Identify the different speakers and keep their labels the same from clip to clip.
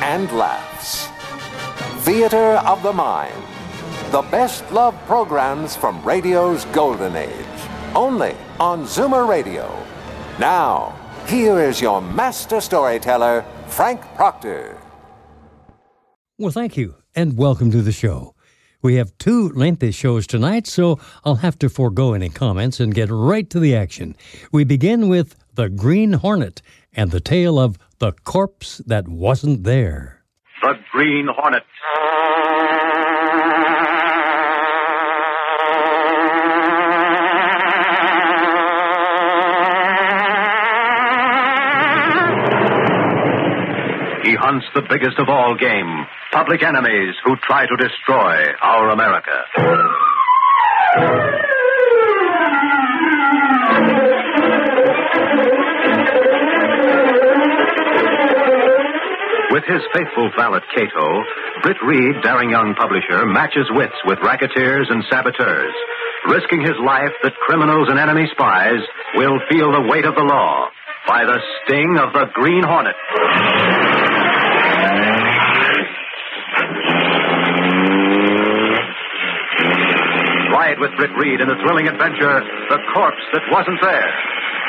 Speaker 1: and laughs. Theater of the Mind. The best love programs from radio's golden age. Only on Zoomer Radio. Now, here is your master storyteller, Frank Proctor.
Speaker 2: Well, thank you, and welcome to the show. We have two lengthy shows tonight, so I'll have to forego any comments and get right to the action. We begin with The Green Hornet and the tale of The Corpse That Wasn't There.
Speaker 3: The Green Hornet. He hunts the biggest of all game public enemies who try to destroy our America. With his faithful valet Cato, Britt Reed, daring young publisher, matches wits with racketeers and saboteurs, risking his life that criminals and enemy spies will feel the weight of the law by the sting of the Green Hornet. Ride with Britt Reed in the thrilling adventure, The Corpse That Wasn't There.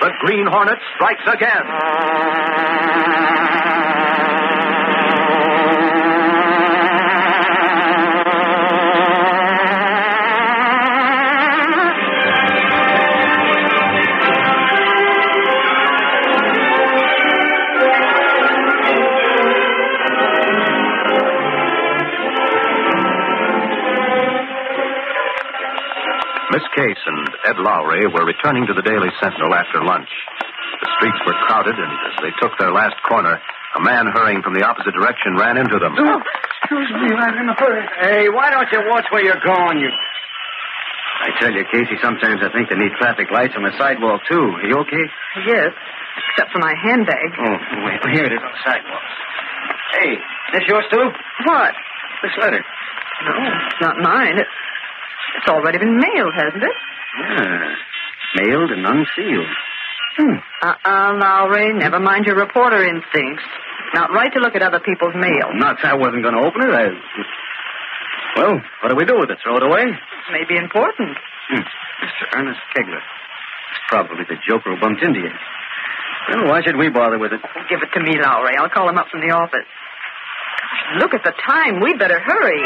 Speaker 3: The Green Hornet strikes again. Miss Case and Ed Lowry were returning to the Daily Sentinel after lunch. The streets were crowded, and as they took their last corner, a man hurrying from the opposite direction ran into them.
Speaker 4: excuse me, I'm in a hurry.
Speaker 5: Hey, why don't you watch where you're going, you... I tell you, Casey, sometimes I think they need traffic lights on the sidewalk, too. Are you okay?
Speaker 6: Yes, except for my handbag.
Speaker 5: Oh, wait. Here it is on the sidewalk. Hey, this yours, too?
Speaker 6: What?
Speaker 5: This letter.
Speaker 6: No, it's not mine. It, it's already been mailed, hasn't it?
Speaker 5: Yeah. Mailed and unsealed. Hmm.
Speaker 6: Uh-uh, Lowry. Never mind your reporter instincts. Not right to look at other people's mail.
Speaker 5: Nuts, I wasn't going to open it. I... Well, what do we do with it? Throw it away?
Speaker 6: This may be important.
Speaker 5: Hmm. Mr. Ernest Kegler. It's probably the joker who bumped into you. Well, why should we bother with it?
Speaker 6: Give it to me, Lowry. I'll call him up from the office. Gosh, Look at the time. We'd better hurry.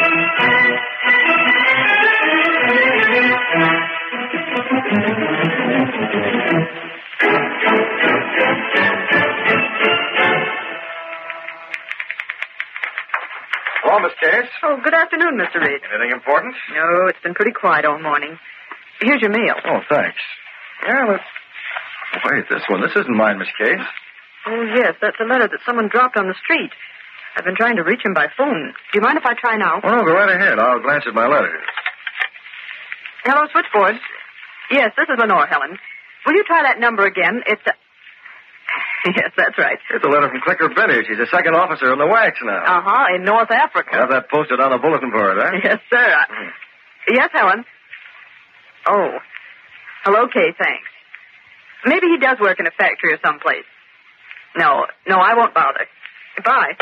Speaker 7: Hello, Miss Case.
Speaker 6: Oh, good afternoon, Mr. Reed.
Speaker 7: Anything important?
Speaker 6: No, it's been pretty quiet all morning. Here's your mail.
Speaker 7: Oh, thanks. Yeah, let's. Wait, this one. This isn't mine, Miss Case.
Speaker 6: Oh, yes, that's a letter that someone dropped on the street. I've been trying to reach him by phone. Do you mind if I try now?
Speaker 7: Well, Oh, go right ahead. I'll glance at my letter.
Speaker 6: Hello, switchboard. Yes, this is Lenore, Helen. Will you try that number again? It's. A... yes, that's right.
Speaker 7: It's a letter from Clicker Benny. She's a second officer in the wax now.
Speaker 6: Uh huh, in North Africa.
Speaker 7: Have that posted on the bulletin board, eh? huh?
Speaker 6: Oh. Yes, sir. I- Yes, Helen. Oh. Hello, Kay, thanks. Maybe he does work in a factory or someplace. No, no, I won't bother. Goodbye.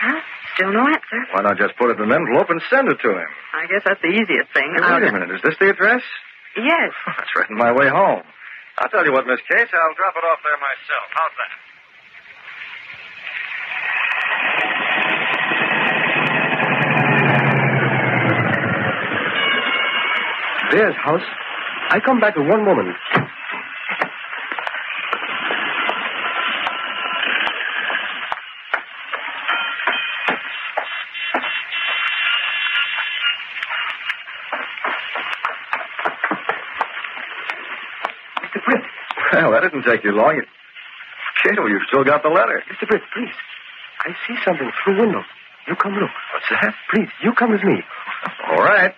Speaker 6: Huh? Still no answer.
Speaker 7: Why not just put it in an envelope and send it to him?
Speaker 6: I guess that's the easiest thing.
Speaker 7: Hey,
Speaker 6: I'll-
Speaker 7: wait a minute. Is this the address?
Speaker 6: Yes.
Speaker 7: That's right on my way home. I'll tell you what, Miss Case. I'll drop it off there myself. How's that?
Speaker 8: There's house. I come back in one moment.
Speaker 7: Well, that didn't take you long. It
Speaker 9: Cato, you've still got the letter.
Speaker 8: Mr. Britt, please. I see something through the window. You come look. What's that? Please, you come with me.
Speaker 9: All right.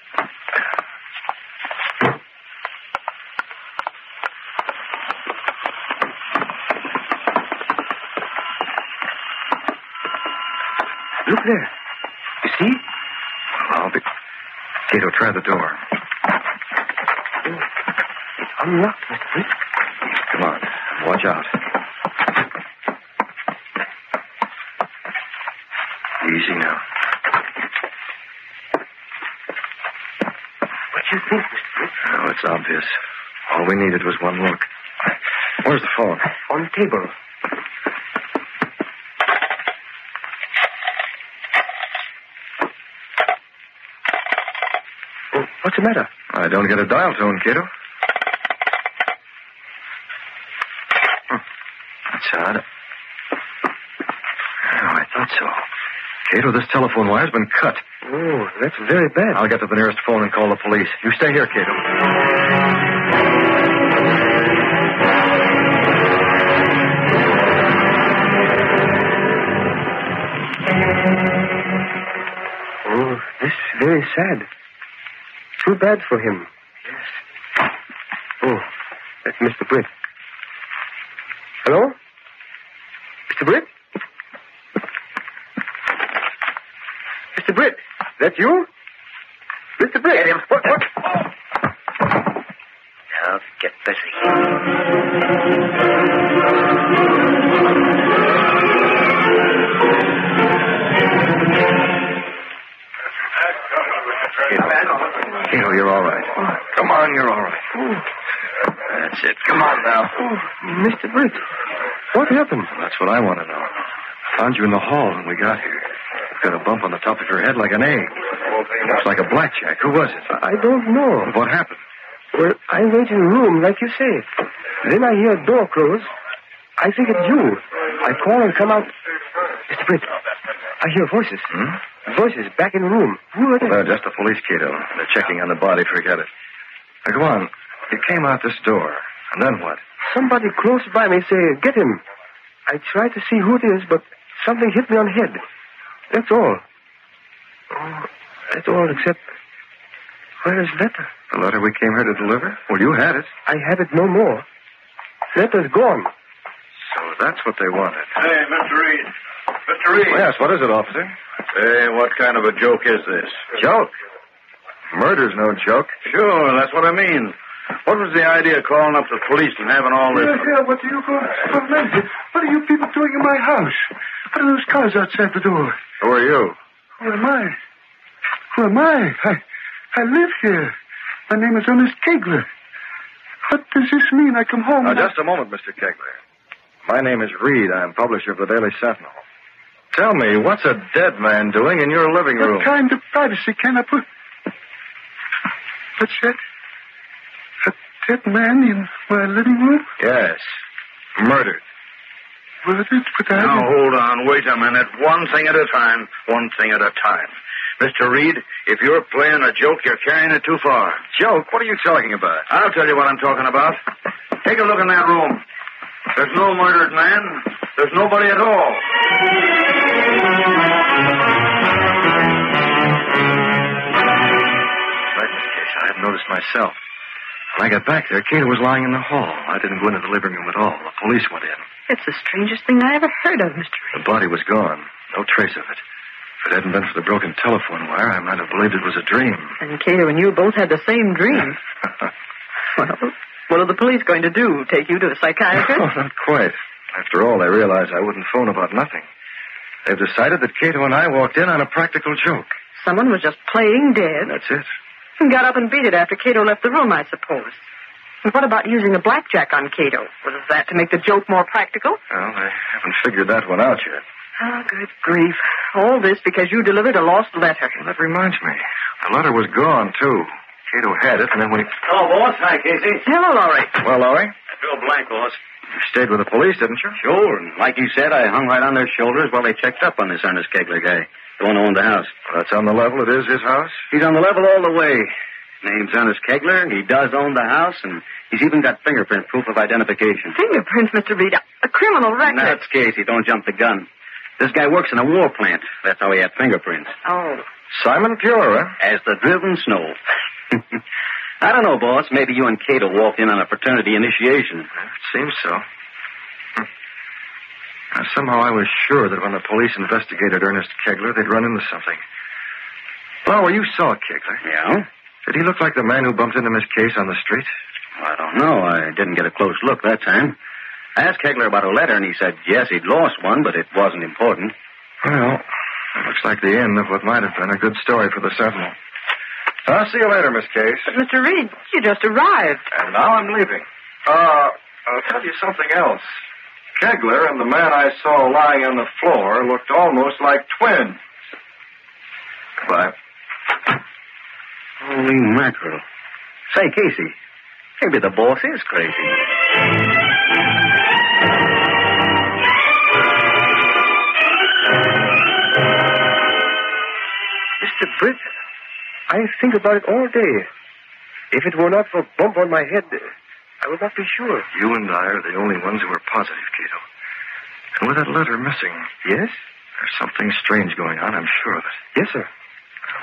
Speaker 8: Look there. You see?
Speaker 9: I'll be. Cato, try the door.
Speaker 8: It's unlocked, Mr. Britt.
Speaker 9: Come on. Watch out. Easy now.
Speaker 8: What do you think, Mr. Britt?
Speaker 9: Oh, it's obvious. All we needed was one look. Where's the phone?
Speaker 8: On the table. Oh, what's the matter?
Speaker 9: I don't get a dial tone, Cato. Hmm. That's odd. Oh, I thought so. Cato, this telephone wire's been cut.
Speaker 8: Oh, that's very bad.
Speaker 9: I'll get to the nearest phone and call the police. You stay here, Cato.
Speaker 8: Oh, this is very sad. Too bad for him. Yes. Oh, that's Mr. Britt. Hello? Mr. Britt? Mr. Britt, that you? Mr. Britt! What, what?
Speaker 5: Now get busy.
Speaker 9: Cato, you're all right. Come on, you're all right. That's it. Come on now.
Speaker 8: Mr. Britt, what happened?
Speaker 9: That's what I want to know. Found you in the hall when we got here. Got a bump on the top of your head like an egg. Looks like a blackjack. Who was it?
Speaker 8: I don't know.
Speaker 9: What happened?
Speaker 8: Well, I wait in room, like you say. Then I hear door close. I think it's you. I call and come out. Mr. Britt, I hear voices. Voices back in the room. Who are they?
Speaker 9: No, Uh, just the police, Cato. They're checking on the body. Forget it. Now, go on. You came out this door. And then what?
Speaker 8: Somebody close by me say, get him. I try to see who it is, but something hit me on the head. That's all. Oh, that's all except... Where is letter?
Speaker 9: The letter we came here to deliver? Well, you had it.
Speaker 8: I have it no more. Letter's gone.
Speaker 9: So that's what they wanted.
Speaker 4: Hey, Mr. Reed. Mr. Reed.
Speaker 9: Yes, what is it, officer?
Speaker 10: Hey, what kind of a joke is this?
Speaker 9: Joke. Murder's no joke.
Speaker 10: Sure, that's what I mean. What was the idea of calling up the police and having all this?
Speaker 4: Yeah, yeah, what are you going to Lindsay, What are you people doing in my house? What are those cars outside the door?
Speaker 10: Who are you?
Speaker 4: Who am I? Who am I? I, I live here. My name is Ernest Kegler. What does this mean? I come home.
Speaker 9: Now,
Speaker 4: and I-
Speaker 9: just a moment, Mr. Kegler. My name is Reed. I'm publisher of the Daily Sentinel. Tell me, what's a dead man doing in your living room?
Speaker 4: What kind of privacy can I put? What's that? A dead man in my living room?
Speaker 9: Yes. Murdered.
Speaker 4: Murdered without.
Speaker 10: Now, hold on. Wait a minute. One thing at a time. One thing at a time. Mr. Reed, if you're playing a joke, you're carrying it too far.
Speaker 9: Joke? What are you talking about?
Speaker 10: I'll tell you what I'm talking about. Take a look in that room. There's no murdered man. There's nobody at all.
Speaker 9: Right in this case, I hadn't noticed myself. When I got back there, Cato was lying in the hall. I didn't go into the living room at all. The police went in.
Speaker 6: It's the strangest thing I ever heard of, Mr.
Speaker 9: The body was gone. No trace of it. If it hadn't been for the broken telephone wire, I might have believed it was a dream.
Speaker 6: Reed. And Cato and you both had the same dream. Well, what are the police going to do? Take you to a
Speaker 9: No,
Speaker 6: psychiatrist?
Speaker 9: not quite. After all, they realized I wouldn't phone about nothing. They've decided that Cato and I walked in on a practical joke.
Speaker 6: Someone was just playing
Speaker 9: And
Speaker 6: dead
Speaker 9: that's it.
Speaker 6: and got up and beat it after Cato left the room, I suppose. And what about using a blackjack on Cato? Was that to make the joke more practical?
Speaker 9: Well, they haven't figured that one out yet.
Speaker 6: Oh, good grief. All this because you delivered a lost letter.
Speaker 9: Well, that reminds me. The letter was gone, too. Cato had it, and then we.
Speaker 5: Hello, boss. Hi, Casey.
Speaker 6: Hello, Laurie.
Speaker 9: Well, Laurie,
Speaker 5: Bill Blank, boss.
Speaker 9: you stayed with the police, didn't you?
Speaker 5: Sure. And like you said, I hung right on their shoulders while they checked up on this Ernest Kegler guy, the one who owned the house.
Speaker 9: Well, that's on the level. It is his house.
Speaker 5: He's on the level all the way. Name's Ernest Kegler. He does own the house, and he's even got fingerprint proof of identification.
Speaker 6: Fingerprints, Mr. Reed. A criminal record.
Speaker 5: That's Casey. Don't jump the gun. This guy works in a war plant. That's how he had fingerprints.
Speaker 6: Oh.
Speaker 5: Simon
Speaker 9: eh?
Speaker 5: Pure, As the driven snow. I don't know, boss. Maybe you and Kate will walk in on a fraternity initiation.
Speaker 9: Seems so. Hmm. Now, somehow I was sure that when the police investigated Ernest Kegler, they'd run into something. Flower, you saw Kegler.
Speaker 5: Yeah?
Speaker 9: Did he look like the man who bumped into Miss Case on the street?
Speaker 5: I don't know. I didn't get a close look that time. I asked Kegler about a letter, and he said, yes, he'd lost one, but it wasn't important.
Speaker 9: Well, it looks like the end of what might have been a good story for the Sentinel. I'll see you later, Miss Case.
Speaker 6: But, Mr. Reed, you just arrived.
Speaker 9: And now I'm leaving. Uh, I'll tell you something else. Kegler and the man I saw lying on the floor looked almost like twins. Goodbye.
Speaker 5: Holy mackerel. Say, Casey, maybe the boss is crazy.
Speaker 8: Mr. Britt, I think about it all day. If it were not for a bump on my head, I would not be sure.
Speaker 9: You and I are the only ones who are positive, Cato. And with that letter missing,
Speaker 8: Yes?
Speaker 9: there's something strange going on, I'm sure of it.
Speaker 8: Yes, sir.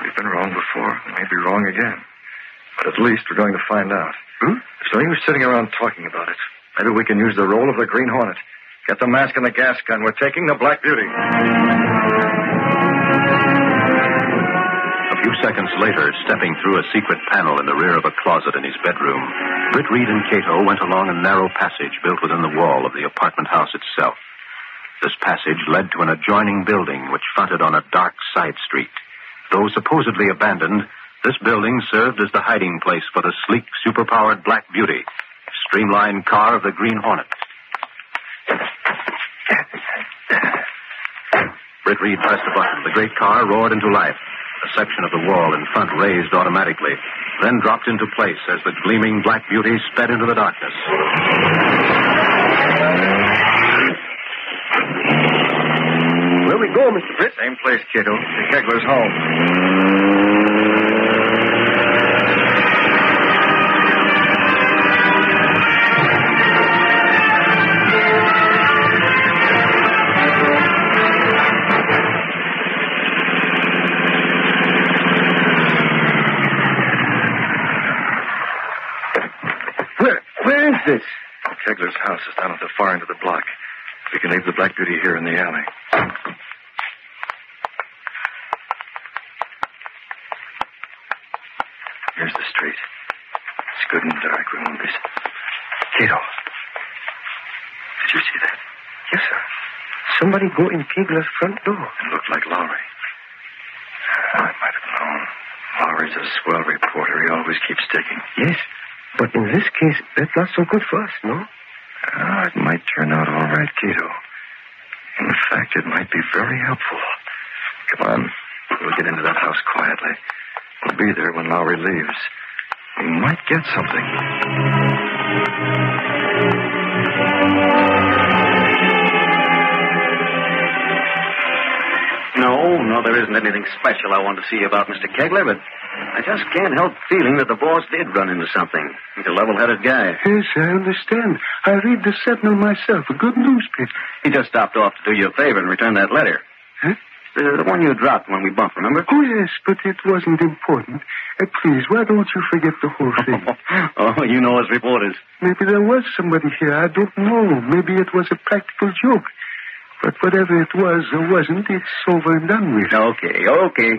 Speaker 9: We've been wrong before, and may be wrong again. But at least we're going to find out.
Speaker 8: Hmm?
Speaker 9: There's no use sitting around talking about it. Maybe we can use the role of the Green Hornet. Get the mask and the gas gun. We're taking the Black Beauty.
Speaker 3: A few seconds later, stepping through a secret panel in the rear of a closet in his bedroom, Britt Reed and Cato went along a narrow passage built within the wall of the apartment house itself. This passage led to an adjoining building which fronted on a dark side street. Though supposedly abandoned, this building served as the hiding place for the sleek, superpowered Black Beauty, streamlined car of the Green Hornet. Britt Reed pressed a button. The great car roared into life. A section of the wall in front raised automatically, then dropped into place as the gleaming black beauty sped into the darkness.
Speaker 9: Mm.
Speaker 8: Where we go, Mr. Britt?
Speaker 9: Same place, kiddo. The Kegler's home.
Speaker 8: Where, where is this?
Speaker 9: Kegler's house is down at the far end of the block. We can leave the Black Beauty here in the alley. Here's the street. It's good and dark. We won't be. Cato. Did you see that?
Speaker 8: Yes, sir. Somebody go in Kegler's front door.
Speaker 9: It looked like Lowry. I might have known. Lowry's a swell reporter. He always keeps digging.
Speaker 8: Yes, but in this case, that's not so good for us, no?
Speaker 9: Ah, it might turn out all right, Cato. In fact, it might be very helpful. Come on. We'll get into that house quietly. We'll be there when Lowry leaves. We might get something.
Speaker 5: No, no, there isn't anything special I want to see about Mr. Kegler, but I just can't help feeling that the boss did run into something. He's a level-headed guy.
Speaker 4: Yes, I understand. I read the Sentinel myself, a good newspaper.
Speaker 5: He just stopped off to do you a favor and return that letter.
Speaker 4: Huh?
Speaker 5: The, the one you dropped when we bumped, remember?
Speaker 4: Oh, yes, but it wasn't important. Uh, please, why don't you forget the whole thing?
Speaker 5: oh, you know us reporters.
Speaker 4: Maybe there was somebody here. I don't know. Maybe it was a practical joke. But whatever it was or wasn't, it's over and done with.
Speaker 5: Okay, okay.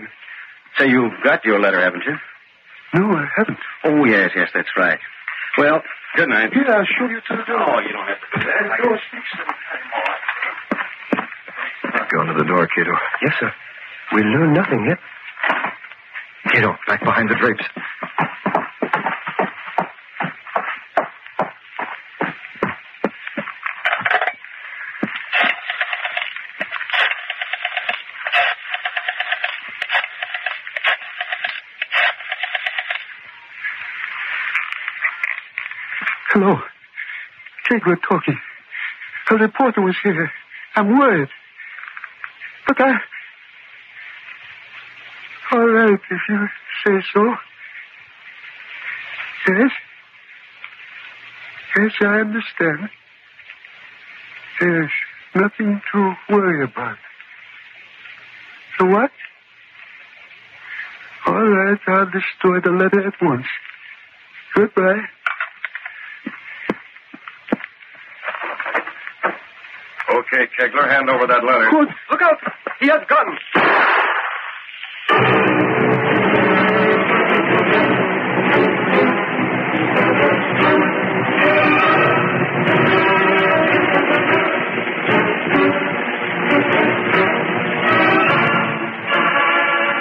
Speaker 5: So you've got your letter, haven't you?
Speaker 4: No, I haven't.
Speaker 5: Oh, yes, yes, that's right. Well, good night.
Speaker 4: Here, I'll show you to the door.
Speaker 5: Oh, you don't have to do that.
Speaker 4: Go speak sometime, all right?
Speaker 9: Go into the door, Cato.
Speaker 8: Yes, sir. We learn nothing yet.
Speaker 9: Cato, back behind the drapes.
Speaker 4: Hello. Kegler talking. A reporter was here. I'm worried. But I. All right, if you say so. Yes? Yes, I understand. There's nothing to worry about. So what? All right, I'll destroy the letter at once. Goodbye.
Speaker 9: Okay, Kegler, hand over that letter.
Speaker 4: Good. Look out! He has guns!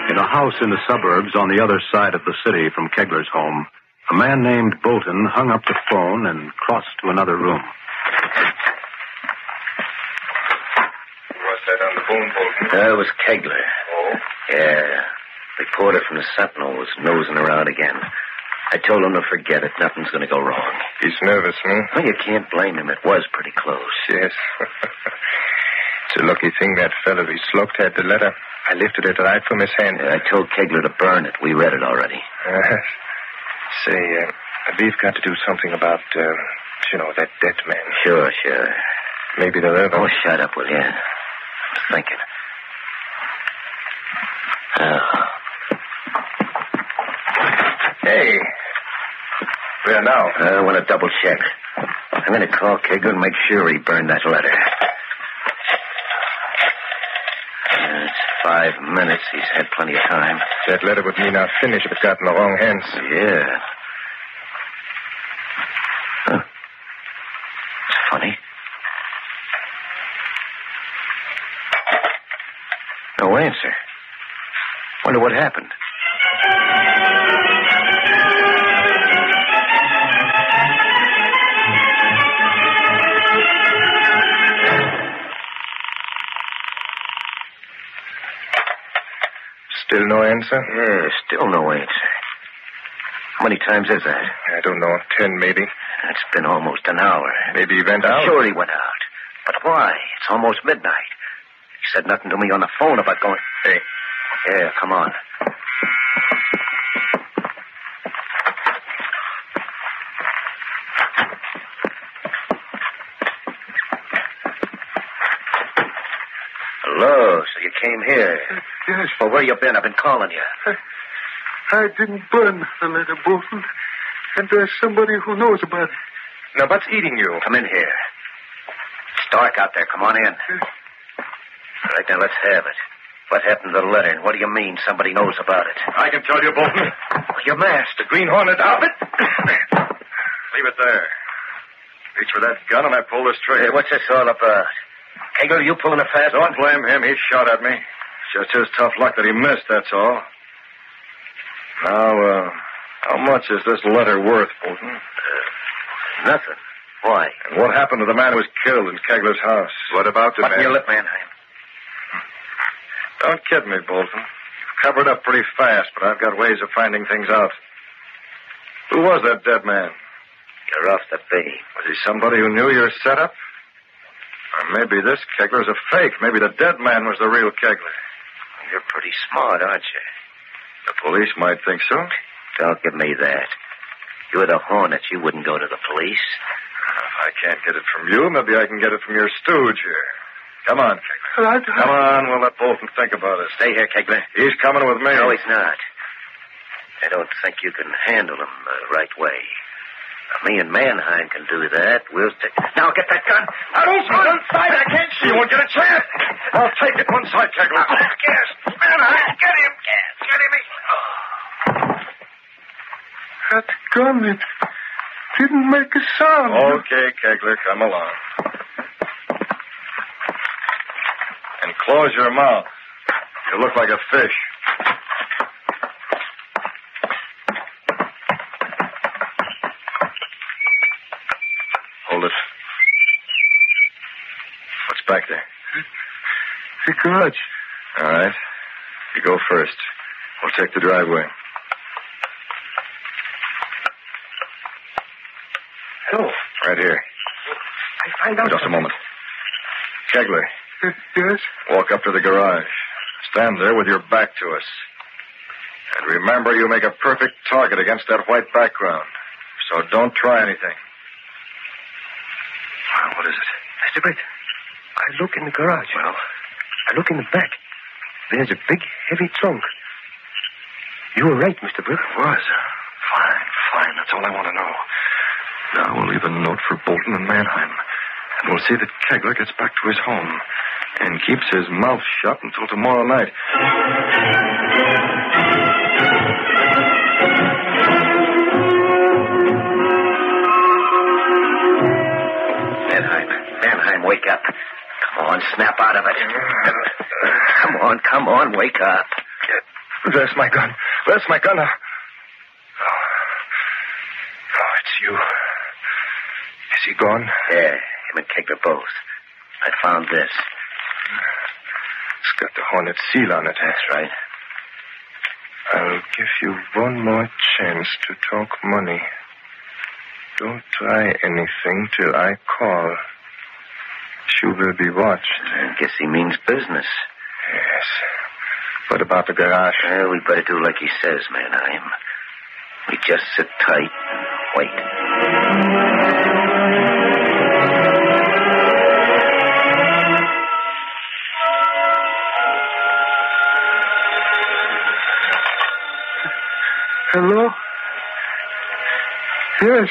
Speaker 3: In a house in the suburbs on the other side of the city from Kegler's home, a man named Bolton hung up the phone and crossed to another room.
Speaker 11: Who was that on the phone, Bolton?
Speaker 12: That was Kegler.
Speaker 11: Oh?
Speaker 12: Yeah. Reporter from the Sentinel was nosing around again. I told him to forget it. Nothing's going to go wrong.
Speaker 11: He's nervous, huh?
Speaker 12: Well, you can't blame him. It was pretty close.
Speaker 11: Yes. it's a lucky thing that fellow he sloped had the letter. I lifted it right from his hand.
Speaker 12: I told Kegler to burn it. We read it already.
Speaker 11: Yes. Say, uh, we've got to do something about, uh, you know, that dead man.
Speaker 12: Sure, sure.
Speaker 11: Maybe the other.
Speaker 12: Oh, shut up, will you? I'm thinking. Oh.
Speaker 11: Hey. Where now?
Speaker 12: I want to uh, double check. I'm going to call Kegler and make sure he burned that letter. Uh, It's five minutes. He's had plenty of time.
Speaker 11: That letter would mean our finish if it got in the wrong hands.
Speaker 12: Yeah. Huh. It's funny. No answer. Wonder what happened.
Speaker 11: Still no answer?
Speaker 12: Yeah, still no answer. How many times is that?
Speaker 11: I don't know. Ten, maybe.
Speaker 12: It's been almost an hour.
Speaker 11: Maybe he went out.
Speaker 12: Sure he went out. But why? It's almost midnight. He said nothing to me on the phone about going.
Speaker 11: Hey.
Speaker 12: Yeah, come on. Hello, so you came here.
Speaker 4: Yes,
Speaker 12: Well, where you been? I've been calling you.
Speaker 4: I didn't burn the letter, Bolton. And there's somebody who knows about it.
Speaker 11: Now, what's eating you?
Speaker 12: Come in here. It's dark out there. Come on in. All right, now let's have it. What happened to the letter, and what do you mean somebody knows about it?
Speaker 9: I can tell you, Bolton.
Speaker 12: Your mask.
Speaker 9: The Green Hornet outfit. Leave it there. Reach for that gun, and I pull this trigger.
Speaker 12: Hey, what's this all about? Kegel, you pulling a fast one?
Speaker 9: Don't blame him. He shot at me. It's Just his tough luck that he missed, that's all. Now, uh, how much is this letter worth, Bolton?
Speaker 12: Uh, Nothing. Why?
Speaker 9: And what happened to the man who was killed in Kegler's house? What about the
Speaker 12: Button your lip, Mannheim.
Speaker 9: Don't kid me, Bolton. You've covered up pretty fast, but I've got ways of finding things out. Who was that dead man?
Speaker 12: You're off the bee.
Speaker 9: Was he somebody who knew your setup? Or maybe this Kegler's a fake. Maybe the dead man was the real Kegler.
Speaker 12: You're pretty smart, aren't you?
Speaker 9: The police might think so.
Speaker 12: Don't give me that. You were the hornet. You wouldn't go to the police.
Speaker 9: If I can't get it from you, maybe I can get it from your stooge here. Come on, Kegler.
Speaker 4: Well, I,
Speaker 9: Come on, we'll let Bolton think about it.
Speaker 12: Stay here, Kegler.
Speaker 9: He's coming with me.
Speaker 12: No, he's not. I don't think you can handle him the right way. Now, me and Mannheim can do that. We'll take. Now get that gun.
Speaker 9: I don't see one side. I can't see. You won't get a chance. I'll take it one side, Kegler. Yes. Man, I get him. Get him.
Speaker 4: that gun, it didn't make a sound.
Speaker 9: Okay, Kegler, come along. And close your mouth. You look like a fish. Hold it. What's back there?
Speaker 4: The garage.
Speaker 9: All right. You go first. We'll take the driveway.
Speaker 13: Hello.
Speaker 9: Right here.
Speaker 13: I find out.
Speaker 9: Just a moment. Kegler,
Speaker 4: Uh, Yes?
Speaker 9: walk up to the garage. Stand there with your back to us. And remember, you make a perfect target against that white background. So don't try anything.
Speaker 8: Now, what is it? Mr. Britt, I look in the garage. Well, I look in the back. There's a big, heavy trunk. You were right, Mr. Britt. I was.
Speaker 7: Fine, fine. That's all I want to know. Now we'll leave a note for Bolton and Mannheim. And we'll see that Kegler gets back to his home and keeps his mouth shut until tomorrow night.
Speaker 5: Mannheim, Mannheim, wake up. Come on, snap out of it. Come on, come on, wake up.
Speaker 7: Where's my gun? Where's my gun? Oh, oh it's you. Is he gone?
Speaker 5: Yeah, him and Kegler both. I found this.
Speaker 7: It's got the hornet seal on it. That's right. I'll give you one more chance to talk money. Don't try anything till I call. She will be watched.
Speaker 5: I guess he means business.
Speaker 7: Yes. What about the garage?
Speaker 5: Well, we better do like he says, Mannheim. We just sit tight and wait.
Speaker 4: Hello? Yes,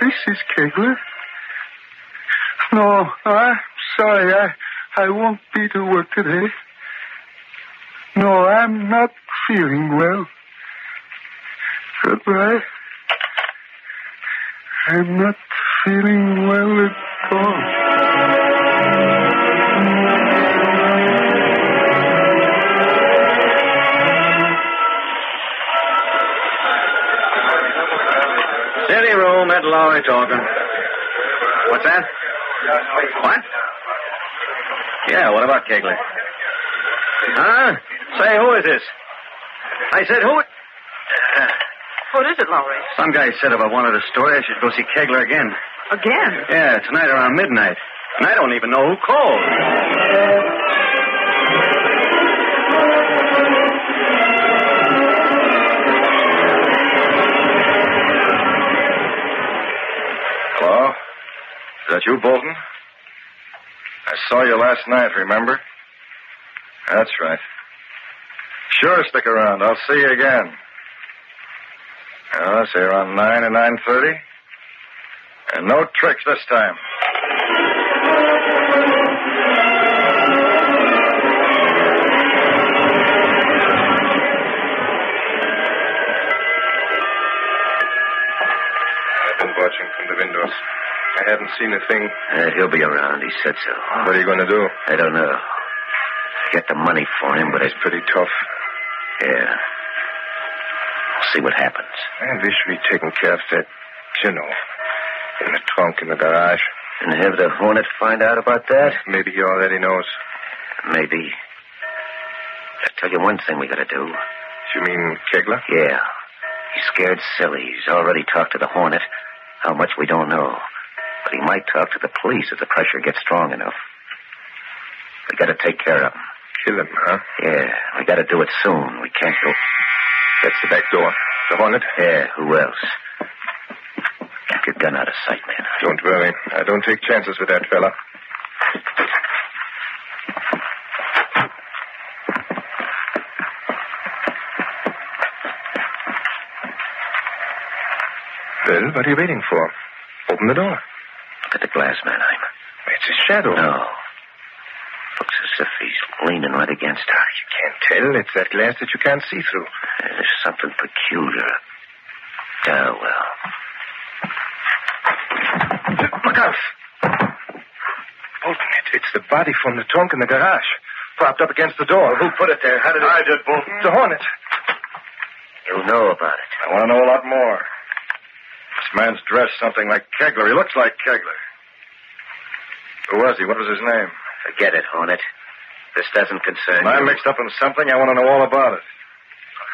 Speaker 4: this is Kegler. No, I'm sorry. I, I won't be to work today. No, I'm not feeling well. Goodbye. I'm not feeling well at all.
Speaker 5: City room, Ed Lowry talking. What's that? What? Yeah, what about Kegley? Huh? Say, who is this? I said, who?
Speaker 6: What is it, Lowry?
Speaker 5: Some guy said if I wanted a story, I should go see Kegler again.
Speaker 6: Again?
Speaker 5: Yeah, tonight around midnight. And I don't even know who called.
Speaker 9: Hello? Is that you, Bolton? I saw you last night, remember? That's right. Sure, stick around. I'll see you again. Well, let's say around 9 or 9.30. And no tricks this time.
Speaker 12: I've been watching from the windows. I haven't seen a thing.
Speaker 5: Uh, he'll be around. He said so.
Speaker 12: What are you going to do?
Speaker 5: I don't know. Get the money for him, but it's
Speaker 12: Pretty tough.
Speaker 5: yeah. We'll see what happens.
Speaker 12: I wish we'd taken care of that, you know, in the trunk in the garage.
Speaker 5: And have the Hornet find out about that?
Speaker 12: Maybe he already knows.
Speaker 5: Maybe. I'll tell you one thing we gotta do.
Speaker 12: You mean Kegler?
Speaker 5: Yeah. He's scared silly. He's already talked to the Hornet. How much we don't know. But he might talk to the police if the pressure gets strong enough. We gotta take care of him.
Speaker 12: Kill him, huh?
Speaker 5: Yeah, we gotta do it soon. We can't go.
Speaker 12: That's the back door. The Hornet?
Speaker 5: Yeah, who else? Keep your gun out of sight, man.
Speaker 12: Don't worry. I don't take chances with that fella. Well, what are you waiting for? Open the door.
Speaker 5: Look at the glass, Mannheim.
Speaker 12: It's a shadow.
Speaker 5: No. Looks as if he's leaning right against her.
Speaker 12: You can't tell. It's that glass that you can't see through.
Speaker 5: Uh, There's something peculiar. Ah, well.
Speaker 12: Look out! Bolton, it, it's the body from the trunk in the garage. Propped up against the door. Who put it there? How did it...
Speaker 9: I did, Bolton.
Speaker 12: The Hornet.
Speaker 5: You know about it.
Speaker 9: I want to know a lot more. This man's dressed something like Kegler. He looks like Kegler. Who was he? What was his name?
Speaker 5: Forget it, Hornet. This doesn't concern
Speaker 9: Am I
Speaker 5: you.
Speaker 9: mixed up in something? I want to know all about it.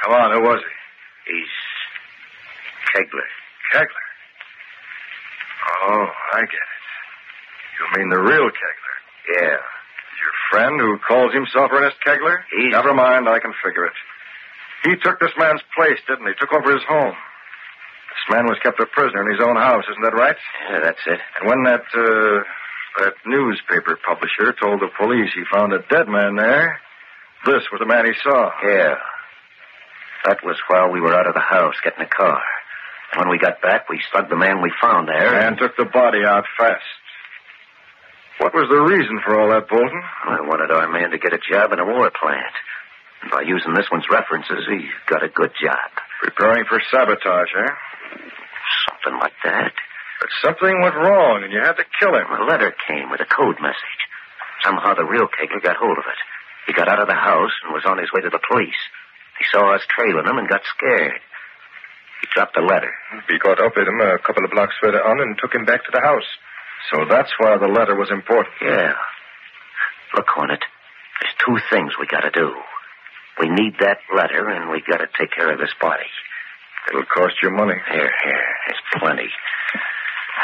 Speaker 9: Come on, who was he?
Speaker 5: He's Kegler.
Speaker 9: Kegler. Oh, I get it. You mean the real Kegler?
Speaker 5: Yeah.
Speaker 9: Your friend who calls himself Ernest Kegler?
Speaker 5: He's-
Speaker 9: Never mind, I can figure it. He took this man's place, didn't he? Took over his home. This man was kept a prisoner in his own house, isn't that right?
Speaker 5: Yeah, that's it.
Speaker 9: And when that, uh, that newspaper publisher told the police he found a dead man there, this was the man he saw.
Speaker 5: Yeah. That was while we were out of the house getting a car. And when we got back, we slugged the man we found there.
Speaker 9: And took the body out fast. What was the reason for all that, Bolton?
Speaker 5: I wanted our man to get a job in a war plant. And by using this one's references, he got a good job.
Speaker 9: Preparing for sabotage, eh?
Speaker 5: Something like that.
Speaker 9: But something went wrong, and you had to kill him.
Speaker 5: A letter came with a code message. Somehow the real Kegler got hold of it. He got out of the house and was on his way to the police. He saw us trailing him and got scared. He dropped the letter.
Speaker 12: We got up with him a couple of blocks further on and took him back to the house.
Speaker 9: So that's why the letter was important.
Speaker 5: Yeah. Look, Hornet, there's two things we gotta do. We need that letter, and we gotta take care of this body.
Speaker 9: It'll cost you money.
Speaker 5: Here, here. There's plenty.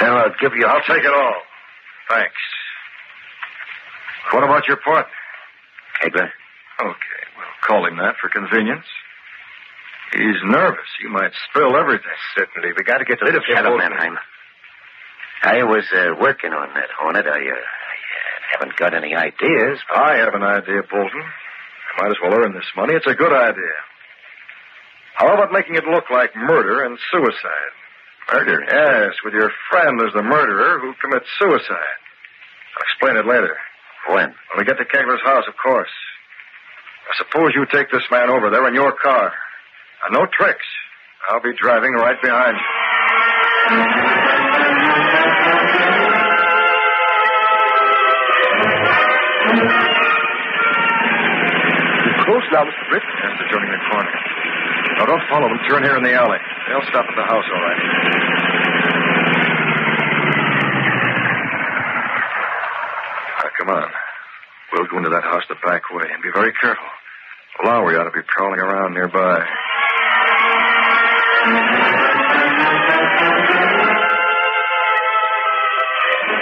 Speaker 5: Now, I'll give you...
Speaker 9: I'll take it all. Thanks. What about your partner?
Speaker 5: Kegler.
Speaker 9: Okay, we'll call him that for convenience. He's nervous. He might spill everything.
Speaker 12: Certainly. We got to get rid of him.
Speaker 5: Shut up,
Speaker 12: Bolton.
Speaker 5: Mannheim. I was uh, working on that, Hornet. I, uh, I haven't got any ideas.
Speaker 9: I have an idea, Bolton. I might as well earn this money. It's a good idea. How about making it look like murder and suicide?
Speaker 5: Murder?
Speaker 9: Yes, with your friend as the murderer who commits suicide. I'll explain it later.
Speaker 5: When?
Speaker 9: When we get to Kegler's house, of course. Now, suppose you take this man over there in your car. Now, no tricks. I'll be driving right behind you.
Speaker 8: You're close now, Mr. Britt.
Speaker 9: Yes, they're turning the corner. Now, don't follow them. Turn here in the alley. They'll stop at the house, all right. Now, Ah, come on. We'll go into that house the back way and be very careful. Lowry ought to be prowling around nearby.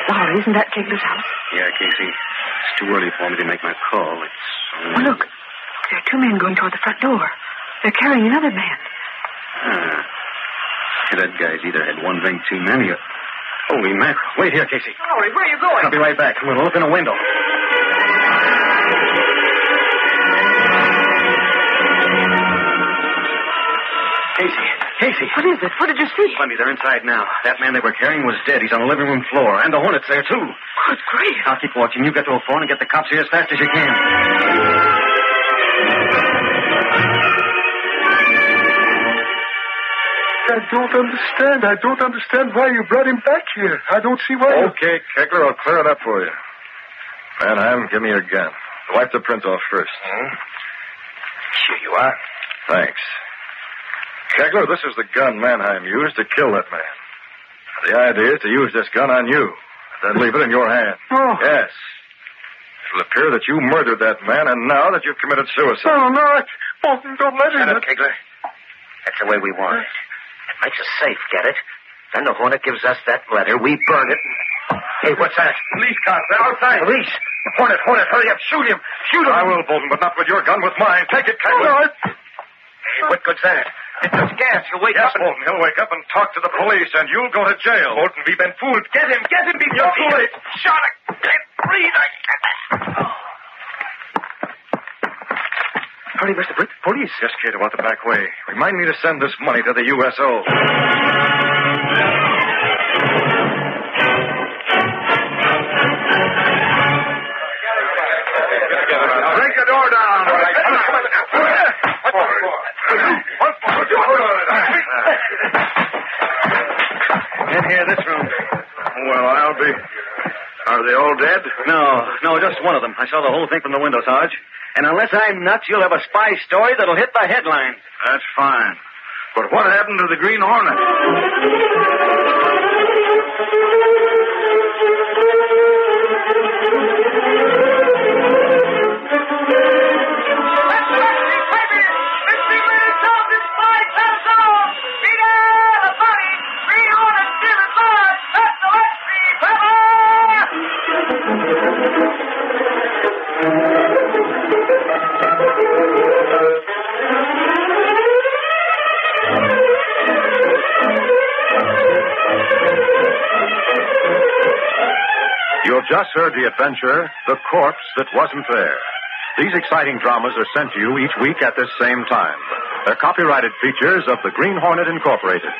Speaker 6: Lowry, isn't that Kegler's house?
Speaker 5: Yeah, Casey. It's too early for me to make my call. It's
Speaker 6: Well, look. There are two men going toward the front door. They're carrying another man.
Speaker 5: Ah. That guy's either had one drink too many or. Holy mackerel. Wait here, Casey.
Speaker 6: Lowry, where are you going?
Speaker 5: I'll be right back. We'll open a window. Casey. Casey.
Speaker 6: What is it? What did you see?
Speaker 5: Funny, they're inside now. That man they were carrying was dead. He's on the living room floor. And the hornet's there, too.
Speaker 6: Good grief.
Speaker 5: I'll keep watching. You get to a phone and get the cops here as fast as you can.
Speaker 4: I don't understand. I don't understand why you brought him back here. I don't see why. you-
Speaker 9: Okay, Kegler, I'll clear it up for you. Manheim, give me your gun. Wipe the print off 1st
Speaker 4: Hmm?
Speaker 5: Here you are.
Speaker 9: Thanks. Kegler, this is the gun Manheim used to kill that man. The idea is to use this gun on you, and then leave it in your hand.
Speaker 4: No.
Speaker 9: Yes. It'll appear that you murdered that man, and now that you've committed suicide.
Speaker 4: No, no, I, Bolton, don't let him.
Speaker 5: Shut up, Kegler. That's the way we want it. It makes us safe, get it? Then the Hornet gives us that letter, we burn it. and- Hey, what's that? Police cars, they're outside. Police! Hornet, Hornet, hurry up, shoot him! Shoot him!
Speaker 9: I will, Bolton, but not with your gun, with mine. Take it, Kegler.
Speaker 4: No, I,
Speaker 5: Hey, what good's that? It's just gas. He'll wake
Speaker 9: Yes,
Speaker 5: up. and-
Speaker 9: Bolton, he'll wake up and talk to the police, and you'll go to jail. Bolton, we've been fooled.
Speaker 5: Get him, get him before
Speaker 9: You're too late.
Speaker 5: Shot, I can't breathe. I can't.
Speaker 8: Hurry, Mr. Britt. Police.
Speaker 9: Yes, Kate, about the back way. Remind me to send this money to the USO. Break the door down. In here, this room. Well, I'll be. Are they all dead?
Speaker 5: No, no, just one of them. I saw the whole thing from the window, Sarge. And unless I'm nuts, you'll have a spy story that'll hit the headlines.
Speaker 9: That's fine. But what happened to the Green Hornet?
Speaker 3: just heard the adventure, The Corpse That Wasn't There. These exciting dramas are sent to you each week at this same time. They're copyrighted features of the Green Hornet Incorporated.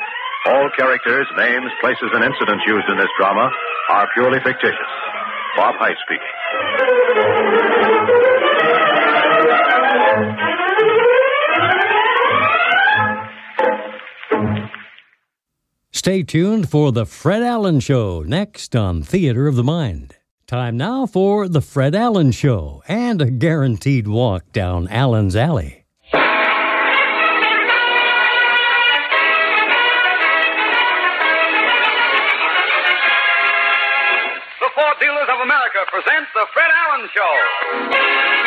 Speaker 3: All characters, names, places, and incidents used in this drama are purely fictitious. Bob Height speaking.
Speaker 2: Stay tuned for The Fred Allen Show next on Theater of the Mind. Time now for The Fred Allen Show and a guaranteed walk down Allen's Alley.
Speaker 14: The Ford Dealers of America presents the Fred Allen Show.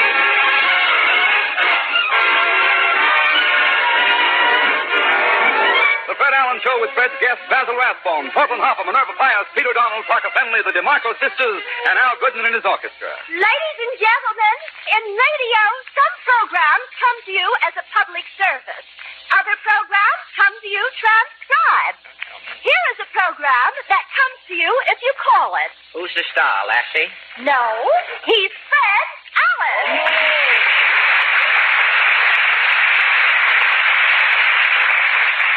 Speaker 14: The Fred Allen Show with Fred's guests Basil Rathbone, Portland Hopper, Minerva Pius, Peter Donald, Parker Fenley, the DeMarco sisters, and Al Goodman and his orchestra.
Speaker 15: Ladies and gentlemen, in radio, some programs come to you as a public service. Other programs come to you transcribed. Here is a program that comes to you if you call it.
Speaker 16: Who's the star, Lassie?
Speaker 15: No, he's Fred Allen.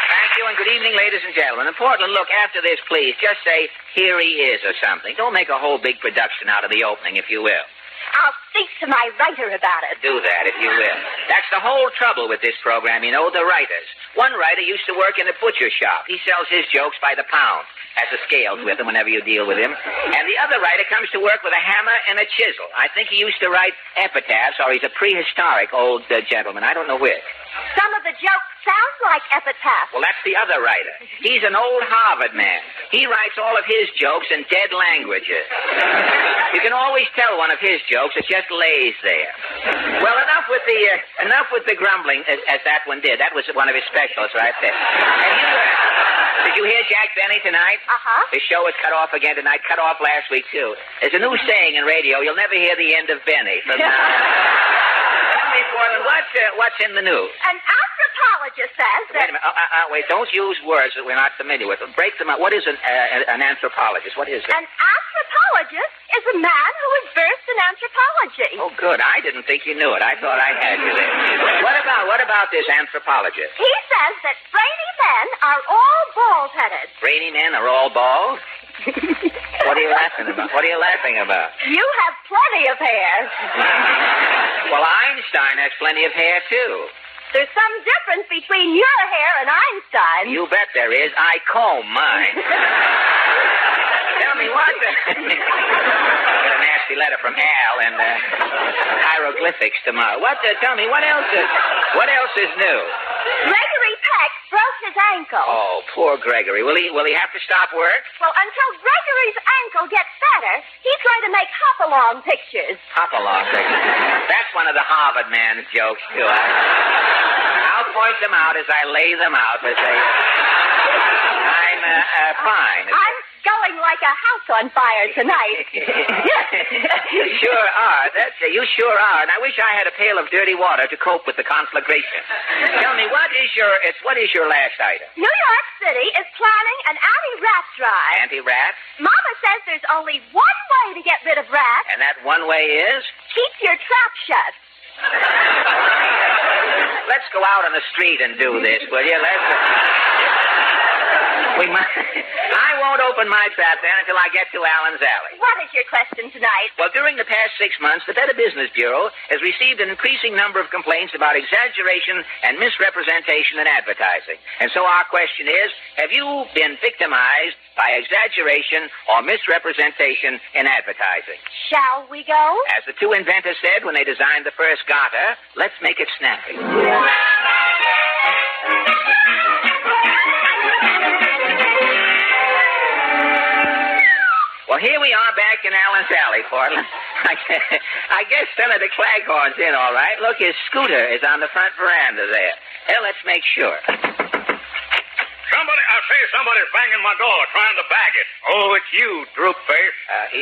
Speaker 16: Thank you, and good evening, ladies and gentlemen. In Portland, look, after this, please, just say, here he is or something. Don't make a whole big production out of the opening, if you will.
Speaker 15: I'll speak to my writer about it.
Speaker 16: Do that, if you will. That's the whole trouble with this program, you know, the writers. One writer used to work in a butcher shop. He sells his jokes by the pound, has the scales with him whenever you deal with him. And the other writer comes to work with a hammer and a chisel. I think he used to write epitaphs, or he's a prehistoric old uh, gentleman. I don't know which.
Speaker 15: Some of the jokes sound like epitaphs.
Speaker 16: Well, that's the other writer. He's an old Harvard man. He writes all of his jokes in dead languages. you can always tell one of his jokes. It just lays there. Well, enough with the uh, enough with the grumbling, as, as that one did. That was one of his specials right there. And you, uh, did you hear Jack Benny tonight? Uh
Speaker 15: huh.
Speaker 16: The show was cut off again tonight. Cut off last week too. There's a new saying in radio: you'll never hear the end of Benny. From Tell me, Portland, what's uh, what's in the news?
Speaker 15: An anthropologist says
Speaker 16: Wait
Speaker 15: that
Speaker 16: a minute. Uh, uh, uh, wait, don't use words that we're not familiar with. Break them up. What is an, uh, an anthropologist? What is it?
Speaker 15: an anthropologist is a man who is versed in anthropology.
Speaker 16: Oh, good. I didn't think you knew it. I thought I had you there. What about what about this anthropologist?
Speaker 15: He says that brainy men are all bald headed.
Speaker 16: Brainy men are all bald. what are you laughing about? What are you laughing about?
Speaker 15: You have plenty of hair.
Speaker 16: Well, Einstein has plenty of hair too.
Speaker 15: There's some difference between your hair and Einstein.
Speaker 16: You bet there is. I comb mine. Tell me what the. Get a nasty letter from Al and uh, hieroglyphics tomorrow. What? The, tell me what else is what else is new?
Speaker 15: Gregory Peck broke his ankle.
Speaker 16: Oh, poor Gregory. Will he will he have to stop work?
Speaker 15: Well, until Gregory's ankle gets better, he's going to make hop along pictures.
Speaker 16: Hopalong. That's one of the Harvard man's jokes, too. I- I'll point them out as I lay them out, but they. I'm uh, uh, fine.
Speaker 15: I'm going like a house on fire tonight.
Speaker 16: you sure are. That's it. You sure are. And I wish I had a pail of dirty water to cope with the conflagration. Tell me, what is your it's what is your last item?
Speaker 15: New York City is planning an anti rat drive.
Speaker 16: Anti rat?
Speaker 15: Mama says there's only one way to get rid of rats
Speaker 16: And that one way is
Speaker 15: keep your trap shut.
Speaker 16: let's go out on the street and do this, will you? Let's. We might. I won't open my trap then until I get to Allen's alley.
Speaker 15: What is your question tonight?
Speaker 16: Well, during the past six months, the Better Business Bureau has received an increasing number of complaints about exaggeration and misrepresentation in advertising. And so our question is have you been victimized by exaggeration or misrepresentation in advertising?
Speaker 15: Shall we go?
Speaker 16: As the two inventors said when they designed the first garter, let's make it snappy. Well, here we are back in Allen's Alley, Portland. I guess- I guess Senator Claghorn's in, all right. Look, his scooter is on the front veranda there. Well, let's make sure.
Speaker 14: Somebody, I say somebody's banging my door, trying to bag it. Oh, it's you, droop face.
Speaker 16: Uh,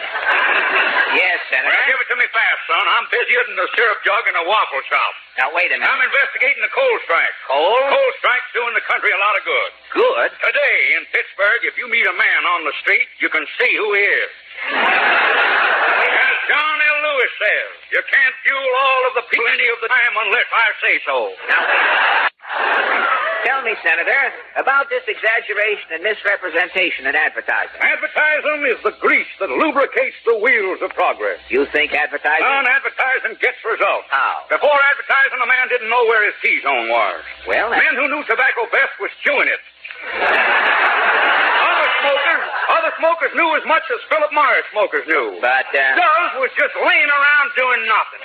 Speaker 16: yes, Senator.
Speaker 14: Well, give it to me fast, son. I'm busier than the syrup jug in a waffle shop.
Speaker 16: Now, wait a minute.
Speaker 14: I'm investigating the coal strike.
Speaker 16: Coal?
Speaker 14: Coal strike's doing the country a lot of good.
Speaker 16: Good?
Speaker 14: Today in Pittsburgh, if you meet a man on the street, you can see who he is. says. You can't fuel all of the people any of the time unless I say so.
Speaker 16: Tell me, Senator, about this exaggeration and misrepresentation in advertising.
Speaker 14: Advertising is the grease that lubricates the wheels of progress.
Speaker 16: You think advertising?
Speaker 14: Non advertising gets results.
Speaker 16: How?
Speaker 14: Before advertising, a man didn't know where his T zone was.
Speaker 16: Well, that-
Speaker 14: men who knew tobacco best was chewing it. other smokers, other smokers knew as much as Philip Morris smokers knew.
Speaker 16: But uh,
Speaker 14: Dulles was just laying around doing nothing.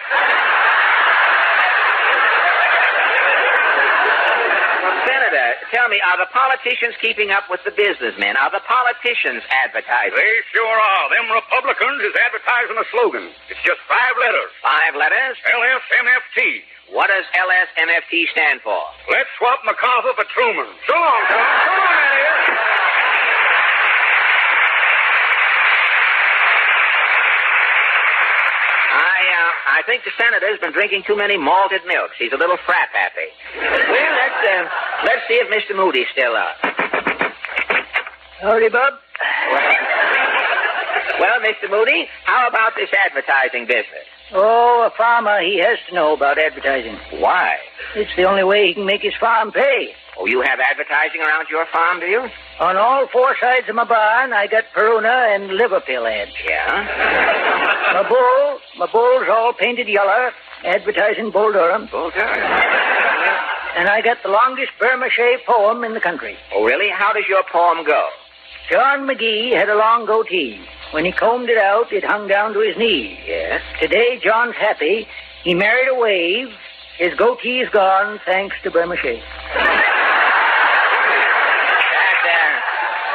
Speaker 16: Senator, tell me, are the politicians keeping up with the businessmen? Are the politicians advertising?
Speaker 14: They sure are. Them Republicans is advertising a slogan. It's just five letters.
Speaker 16: Five letters?
Speaker 14: LSMFT.
Speaker 16: What does LSMFT stand for?
Speaker 14: Let's swap MacArthur for Truman. So long, Tom. Come on out of here.
Speaker 16: I, uh, I think the senator's been drinking too many malted milks. He's a little frap happy. well, let's, uh, let's see if Mr. Moody's still up. Howdy, Bob. Well, Mr. Moody, how about this advertising business?
Speaker 17: Oh, a farmer, he has to know about advertising.
Speaker 16: Why?
Speaker 17: It's the only way he can make his farm pay.
Speaker 16: Oh, you have advertising around your farm, do you?
Speaker 17: On all four sides of my barn, I got Peruna and Liverpill ads.
Speaker 16: Yeah?
Speaker 17: My bull, my bull's all painted yellow, advertising Bull Durham.
Speaker 16: Bull Durham?
Speaker 17: And I got the longest Burmachet poem in the country.
Speaker 16: Oh, really? How does your poem go?
Speaker 17: John McGee had a long goatee. When he combed it out, it hung down to his knees.
Speaker 16: Yes?
Speaker 17: Today, John's happy. He married a wave. His goatee's gone, thanks to Burmachet.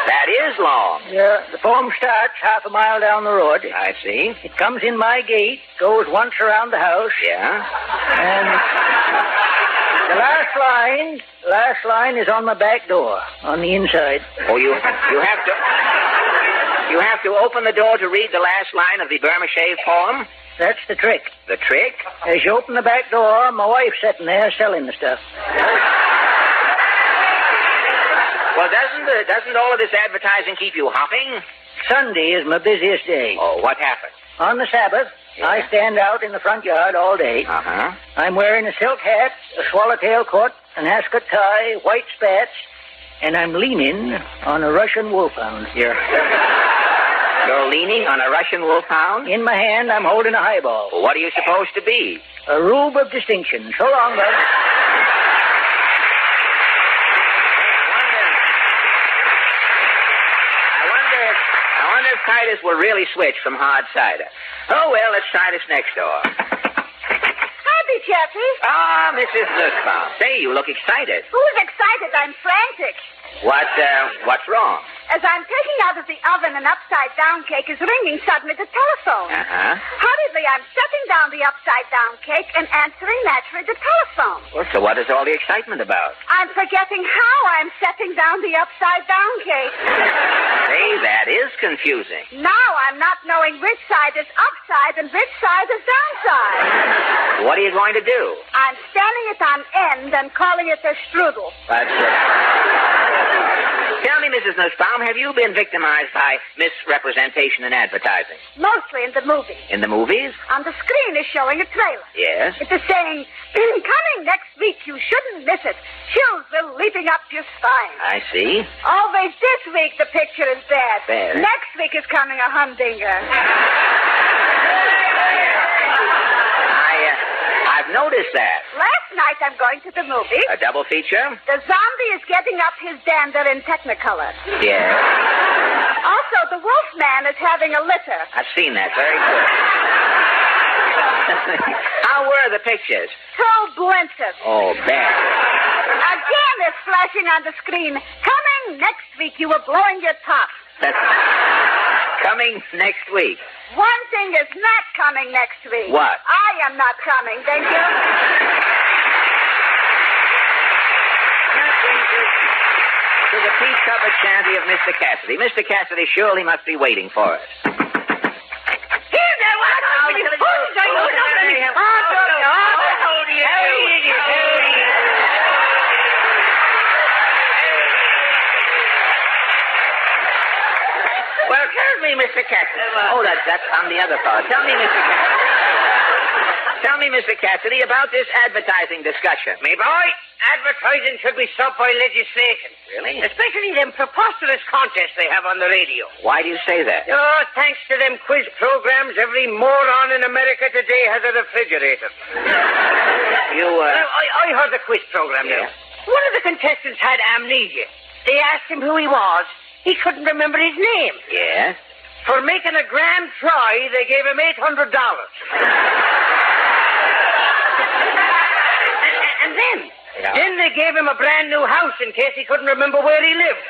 Speaker 16: That is long.
Speaker 17: Yeah, the poem starts half a mile down the road.
Speaker 16: I see.
Speaker 17: It comes in my gate, goes once around the house.
Speaker 16: Yeah?
Speaker 17: And the last line, last line is on my back door, on the inside.
Speaker 16: Oh, you, you have to... You have to open the door to read the last line of the Burma Shave poem?
Speaker 17: That's the trick.
Speaker 16: The trick?
Speaker 17: As you open the back door, my wife's sitting there selling the stuff.
Speaker 16: Well, doesn't the, doesn't all of this advertising keep you hopping?
Speaker 17: Sunday is my busiest day.
Speaker 16: Oh, what happened?
Speaker 17: On the Sabbath, I stand out in the front yard all day.
Speaker 16: Uh-huh.
Speaker 17: I'm wearing a silk hat, a swallowtail coat, an ascot tie, white spats, and I'm leaning on a Russian wolfhound.
Speaker 16: You're, you're leaning on a Russian wolfhound?
Speaker 17: In my hand, I'm holding a highball.
Speaker 16: Well, what are you supposed to be?
Speaker 17: A rube of distinction. So long, Bud.
Speaker 16: I wonder if, I wonder if Titus will really switch from hard cider. Oh, well, let's try this next door.
Speaker 15: Hardly, Jeffrey.
Speaker 16: Ah, Mrs. Nussbaum. Say, you look excited.
Speaker 15: Who's excited? I'm frantic.
Speaker 16: What, uh, what's wrong?
Speaker 15: As I'm taking out of the oven an upside down cake is ringing suddenly the telephone.
Speaker 16: Uh-huh.
Speaker 15: Hurriedly, I'm setting down the upside down cake and answering naturally the telephone.
Speaker 16: Well, so what is all the excitement about?
Speaker 15: I'm forgetting how I'm setting down the upside down cake.
Speaker 16: Say, that is confusing.
Speaker 15: Now I'm not knowing which side is upside and which side is downside.
Speaker 16: What are you going to do?
Speaker 15: I'm standing it on end and calling it a strudel.
Speaker 16: That's it. Tell me, Mrs. Nussbaum, have you been victimized by misrepresentation in advertising?
Speaker 15: Mostly in the movie.
Speaker 16: In the movies?
Speaker 15: On the screen is showing a trailer.
Speaker 16: Yes.
Speaker 15: It is saying, coming next week, you shouldn't miss it. Chills will leaping up your spine.
Speaker 16: I see.
Speaker 15: Always this week the picture is bad.
Speaker 16: Bad.
Speaker 15: Next week is coming a humdinger.
Speaker 16: I, uh, I've noticed that.
Speaker 15: Last night I'm going to the movie.
Speaker 16: A double feature?
Speaker 15: The zombie is getting up his dander in Technicolor.
Speaker 16: Yes.
Speaker 15: Also, the wolf man is having a litter.
Speaker 16: I've seen that. Very good. How were the pictures?
Speaker 15: So blinted.
Speaker 16: Oh, bad.
Speaker 15: Again is flashing on the screen. Coming next week, you were blowing your top.
Speaker 16: That's coming next week.
Speaker 15: One thing is not coming next week.
Speaker 16: What?
Speaker 15: I am not coming, thank you.
Speaker 16: To the pea covered shanty of Mr. Cassidy. Mr. Cassidy surely must be waiting for us.
Speaker 15: Here there was only fools are you not any
Speaker 16: Well, tell me, Mr. Cassidy. Oh, that, that's on the other part. Tell me, Mr. Cassidy. Mr. Cassidy, about this advertising discussion.
Speaker 18: Me boy, advertising should be stopped by legislation.
Speaker 16: Really?
Speaker 18: Especially them preposterous contests they have on the radio.
Speaker 16: Why do you say that?
Speaker 18: Oh, thanks to them quiz programs, every moron in America today has a refrigerator.
Speaker 16: You, uh...
Speaker 18: Well, I, I heard the quiz program now.
Speaker 16: Yeah.
Speaker 18: One of the contestants had amnesia. They asked him who he was. He couldn't remember his name.
Speaker 16: Yes?
Speaker 18: For making a grand try, they gave him $800. And- and- and then, then they gave him a brand new house in case he couldn't remember where he lived.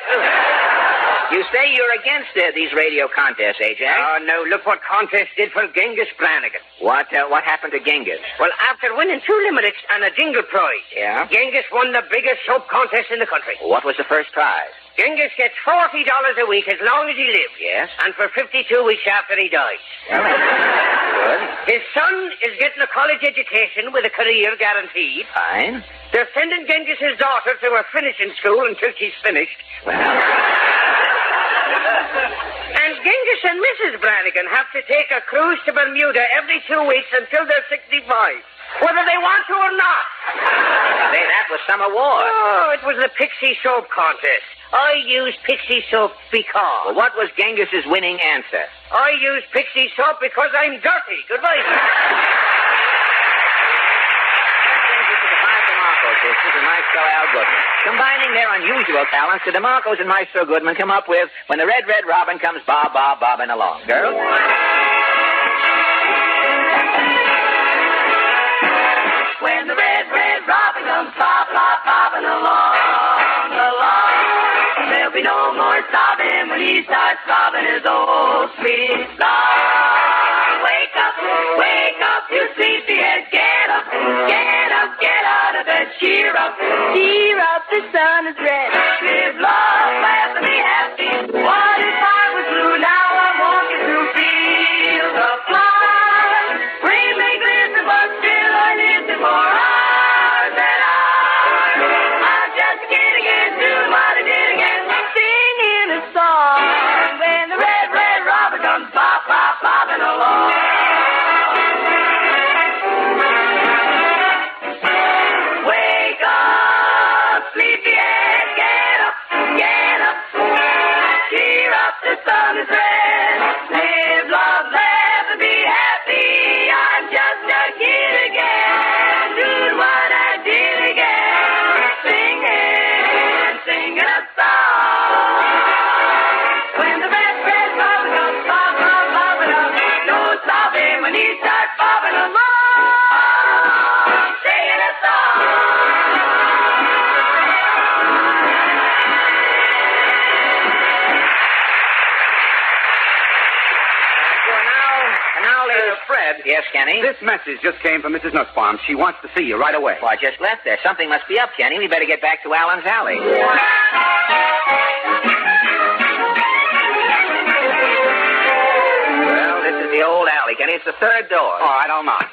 Speaker 16: You say you're against uh, these radio contests, eh, Jack?
Speaker 18: Oh, no. Look what contest did for Genghis Flanagan.
Speaker 16: What, uh, what happened to Genghis?
Speaker 18: Well, after winning two limericks and a jingle prize,
Speaker 16: Yeah?
Speaker 18: Genghis won the biggest soap contest in the country.
Speaker 16: What was the first prize?
Speaker 18: Genghis gets $40 a week as long as he lives.
Speaker 16: Yes?
Speaker 18: And for 52 weeks after he dies. His son is getting a college education with a career guaranteed.
Speaker 16: Fine.
Speaker 18: They're sending Genghis's daughter to a finishing school until she's finished. and Genghis and Mrs. Brannigan have to take a cruise to Bermuda every two weeks until they're 65, whether they want to or not.
Speaker 16: Say, that was some award.
Speaker 18: Oh, it was the Pixie Soap Contest. I used Pixie Soap
Speaker 16: Well,
Speaker 18: because.
Speaker 16: what was Genghis's winning answer?
Speaker 18: I use pixie soap because I'm dirty. Goodbye.
Speaker 16: DeMarco sisters and Maestro Al Goodman. Combining their unusual talents, the DeMarcos and Maestro Goodman come up with When the Red, Red Robin Comes Bob, Bob, Bobbing Along. Girls?
Speaker 15: When the red, red robin comes pop, pop, popping along, along, there'll be no more sobbing when he starts sobbing his old sweet song. Wake up, wake up, you sleepy head, get up, get up, get out of bed, cheer up, cheer up, the sun is red. Live, love, laugh, and be happy. What if I was blue? Now I'm walking through fields of flowers. Rain may glisten, but still I listen for hours and hours. I'm just a kid again, doing what I did again, singing a song. When the red, red robin comes pop, pop, popping along. Wake up, sleepyhead, get up, get up. Cheer up, the sun is red. Live, love, laugh, and be happy. I'm just a kid again, doing what I did again. Singing, singing a song. When the red, red robin comes, pop, pop, popping up. No sobbing when he starts bobbing along. Singing a
Speaker 16: And now, uh, Fred. Yes, Kenny?
Speaker 19: This message just came from Mrs. Nussbaum. She wants to see you right away.
Speaker 16: Well, I just left there. Something must be up, Kenny. We better get back to Allen's Alley. Well, this is the old alley, Kenny. It's the third door. All right, I'll knock.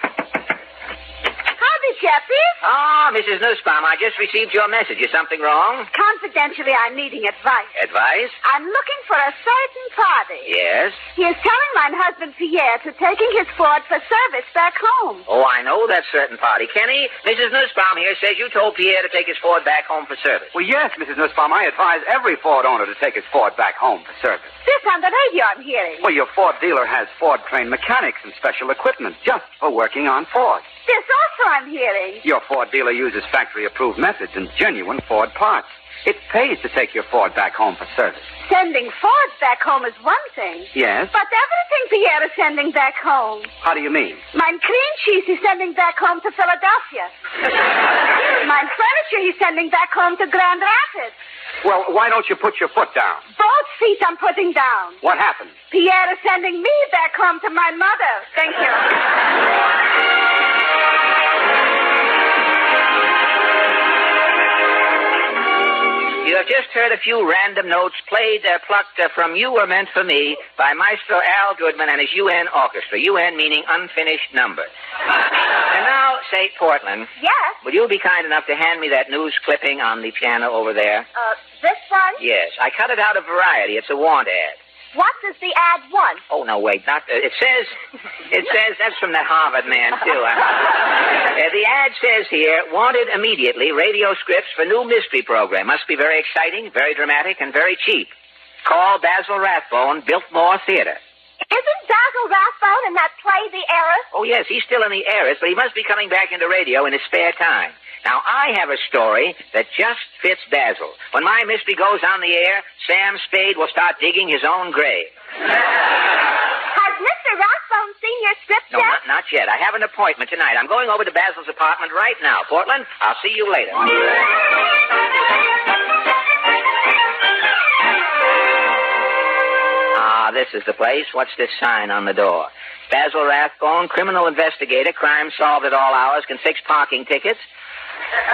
Speaker 15: Howdy, Jeffy.
Speaker 16: Oh, Mrs. Nussbaum, I just received your message. Is something wrong?
Speaker 15: Confidentially, I'm needing advice.
Speaker 16: Advice?
Speaker 15: I'm looking for a certain party.
Speaker 16: Yes.
Speaker 15: He is telling mine husband Pierre to taking his Ford for service back home.
Speaker 16: Oh, I know that certain party. Kenny, Mrs. Nussbaum here says you told Pierre to take his Ford back home for service.
Speaker 19: Well, yes, Mrs. Nussbaum. I advise every Ford owner to take his Ford back home for service.
Speaker 15: This on the radio I'm hearing.
Speaker 19: Well, your Ford dealer has Ford trained mechanics and special equipment just for working on Ford.
Speaker 15: This also I'm hearing.
Speaker 19: Your Ford dealer uses factory approved methods and genuine Ford parts. It pays to take your Ford back home for service.
Speaker 15: Sending Fords back home is one thing.
Speaker 19: Yes?
Speaker 15: But everything Pierre is sending back home.
Speaker 19: How do you mean?
Speaker 15: Mine cream cheese he's sending back home to Philadelphia. Mine furniture he's sending back home to Grand Rapids.
Speaker 19: Well, why don't you put your foot down?
Speaker 15: Both feet I'm putting down.
Speaker 19: What happened?
Speaker 15: Pierre is sending me back home to my mother. Thank you.
Speaker 16: You have just heard a few random notes played, uh, plucked uh, from You Were Meant for Me by Maestro Al Goodman and his UN orchestra. UN meaning unfinished number. and now, say, Portland,
Speaker 15: Yes.
Speaker 16: will you be kind enough to hand me that news clipping on the piano over there?
Speaker 15: Uh, this one?
Speaker 16: Yes, I cut it out of variety. It's a want ad.
Speaker 15: What does the ad want?
Speaker 19: Oh,
Speaker 16: Oh no, wait, not. Uh, it says, it says that's from that Harvard man too. Uh, it says here, wanted immediately radio scripts for new mystery program. Must be very exciting, very dramatic, and very cheap. Call Basil Rathbone, Biltmore Theater.
Speaker 15: Isn't Basil Rathbone in that play, The Heiress?
Speaker 16: Oh, yes, he's still in the heiress, but he must be coming back into radio in his spare time. Now, I have a story that just fits Basil. When my mystery goes on the air, Sam Spade will start digging his own grave.
Speaker 15: Has Mr. Rathbone seen your script
Speaker 16: No,
Speaker 15: yet?
Speaker 16: not, not yet. I have an appointment tonight. I'm going over to Basil's apartment right now. Portland, I'll see you later. Ah, this is the place. What's this sign on the door? Basil Rathbone, criminal investigator, crime solved at all hours, can fix parking tickets.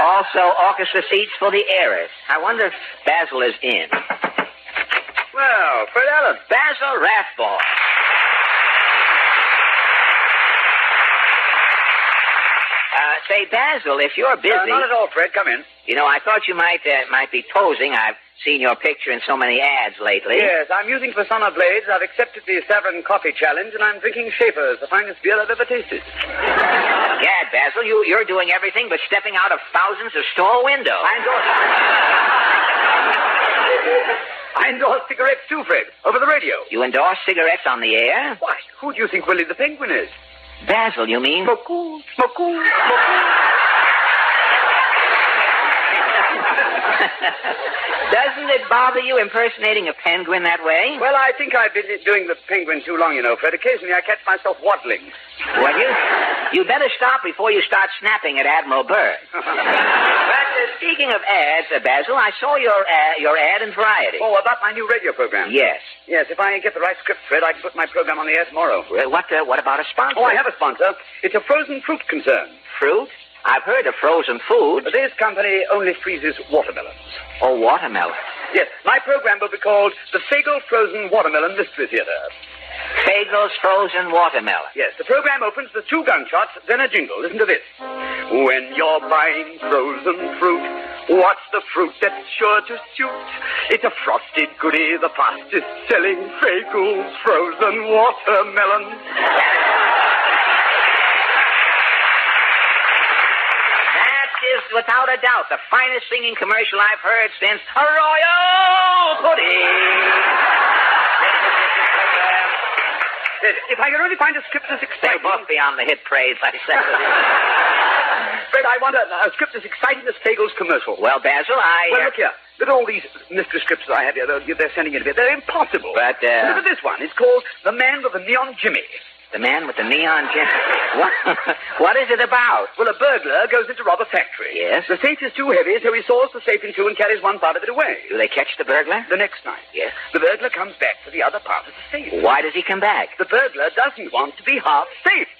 Speaker 16: Also, orchestra seats for the heiress. I wonder if Basil is in. Well, Fred Allen. Basil Rathbone. Uh, say, Basil, if you're busy.
Speaker 19: Uh, not at all, Fred. Come in.
Speaker 16: You know, I thought you might uh, might be posing. I've seen your picture in so many ads lately.
Speaker 19: Yes, I'm using Persona Blades. I've accepted the Savern Coffee Challenge, and I'm drinking Schaefer's, the finest beer I've ever tasted.
Speaker 16: Gad, Basil, you, you're doing everything but stepping out of thousands of store windows. I'm
Speaker 19: I endorse cigarettes too, Fred, over the radio.
Speaker 16: You endorse cigarettes on the air?
Speaker 19: Why, who do you think Willie the Penguin is?
Speaker 16: Basil, you mean?
Speaker 19: Macool, Macool,
Speaker 16: Doesn't it bother you impersonating a penguin that way?
Speaker 19: Well, I think I've been doing the penguin too long, you know, Fred. Occasionally I catch myself waddling.
Speaker 16: Well, you, you better stop before you start snapping at Admiral Byrd. but uh, speaking of ads, uh, Basil, I saw your uh, your ad in Variety.
Speaker 19: Oh, about my new radio program.
Speaker 16: Yes.
Speaker 19: Yes, if I get the right script, Fred, I can put my program on the air tomorrow.
Speaker 16: Well, what, uh, what about a sponsor?
Speaker 19: Oh, I have a sponsor. It's a frozen fruit concern.
Speaker 16: Fruit? I've heard of frozen food.
Speaker 19: This company only freezes watermelons.
Speaker 16: Oh, watermelon.
Speaker 19: Yes, my program will be called The Fagel Frozen Watermelon Mystery Theater.
Speaker 16: Fagel's frozen watermelon.
Speaker 19: Yes, the program opens with two gunshots, then a jingle. Listen to this. When you're buying frozen fruit, what's the fruit that's sure to suit? It's a frosted goodie, the fastest selling Fagel's frozen watermelon.
Speaker 16: That is without a doubt the finest singing commercial I've heard since a royal pudding.
Speaker 19: If I could only find a script that's
Speaker 16: They're
Speaker 19: exciting.
Speaker 16: both beyond the hit praise, I said.
Speaker 19: Fred, I want a, a script as exciting as Fagel's commercial.
Speaker 16: Well, Basil, I.
Speaker 19: Well,
Speaker 16: uh,
Speaker 19: look here. Look at all these mystery scripts that I have here. They're, they're sending in here. They're impossible.
Speaker 16: But, uh,
Speaker 19: Look at this one. It's called The Man with the Neon Jimmy.
Speaker 16: The man with the neon gym. What? what is it about?
Speaker 19: Well, a burglar goes in to rob a factory.
Speaker 16: Yes.
Speaker 19: The safe is too heavy, so he saws the safe in two and carries one part of it away.
Speaker 16: Do they catch the burglar?
Speaker 19: The next night,
Speaker 16: Yes.
Speaker 19: the burglar comes back for the other part of the safe.
Speaker 16: Why does he come back?
Speaker 19: The burglar doesn't want to be half safe.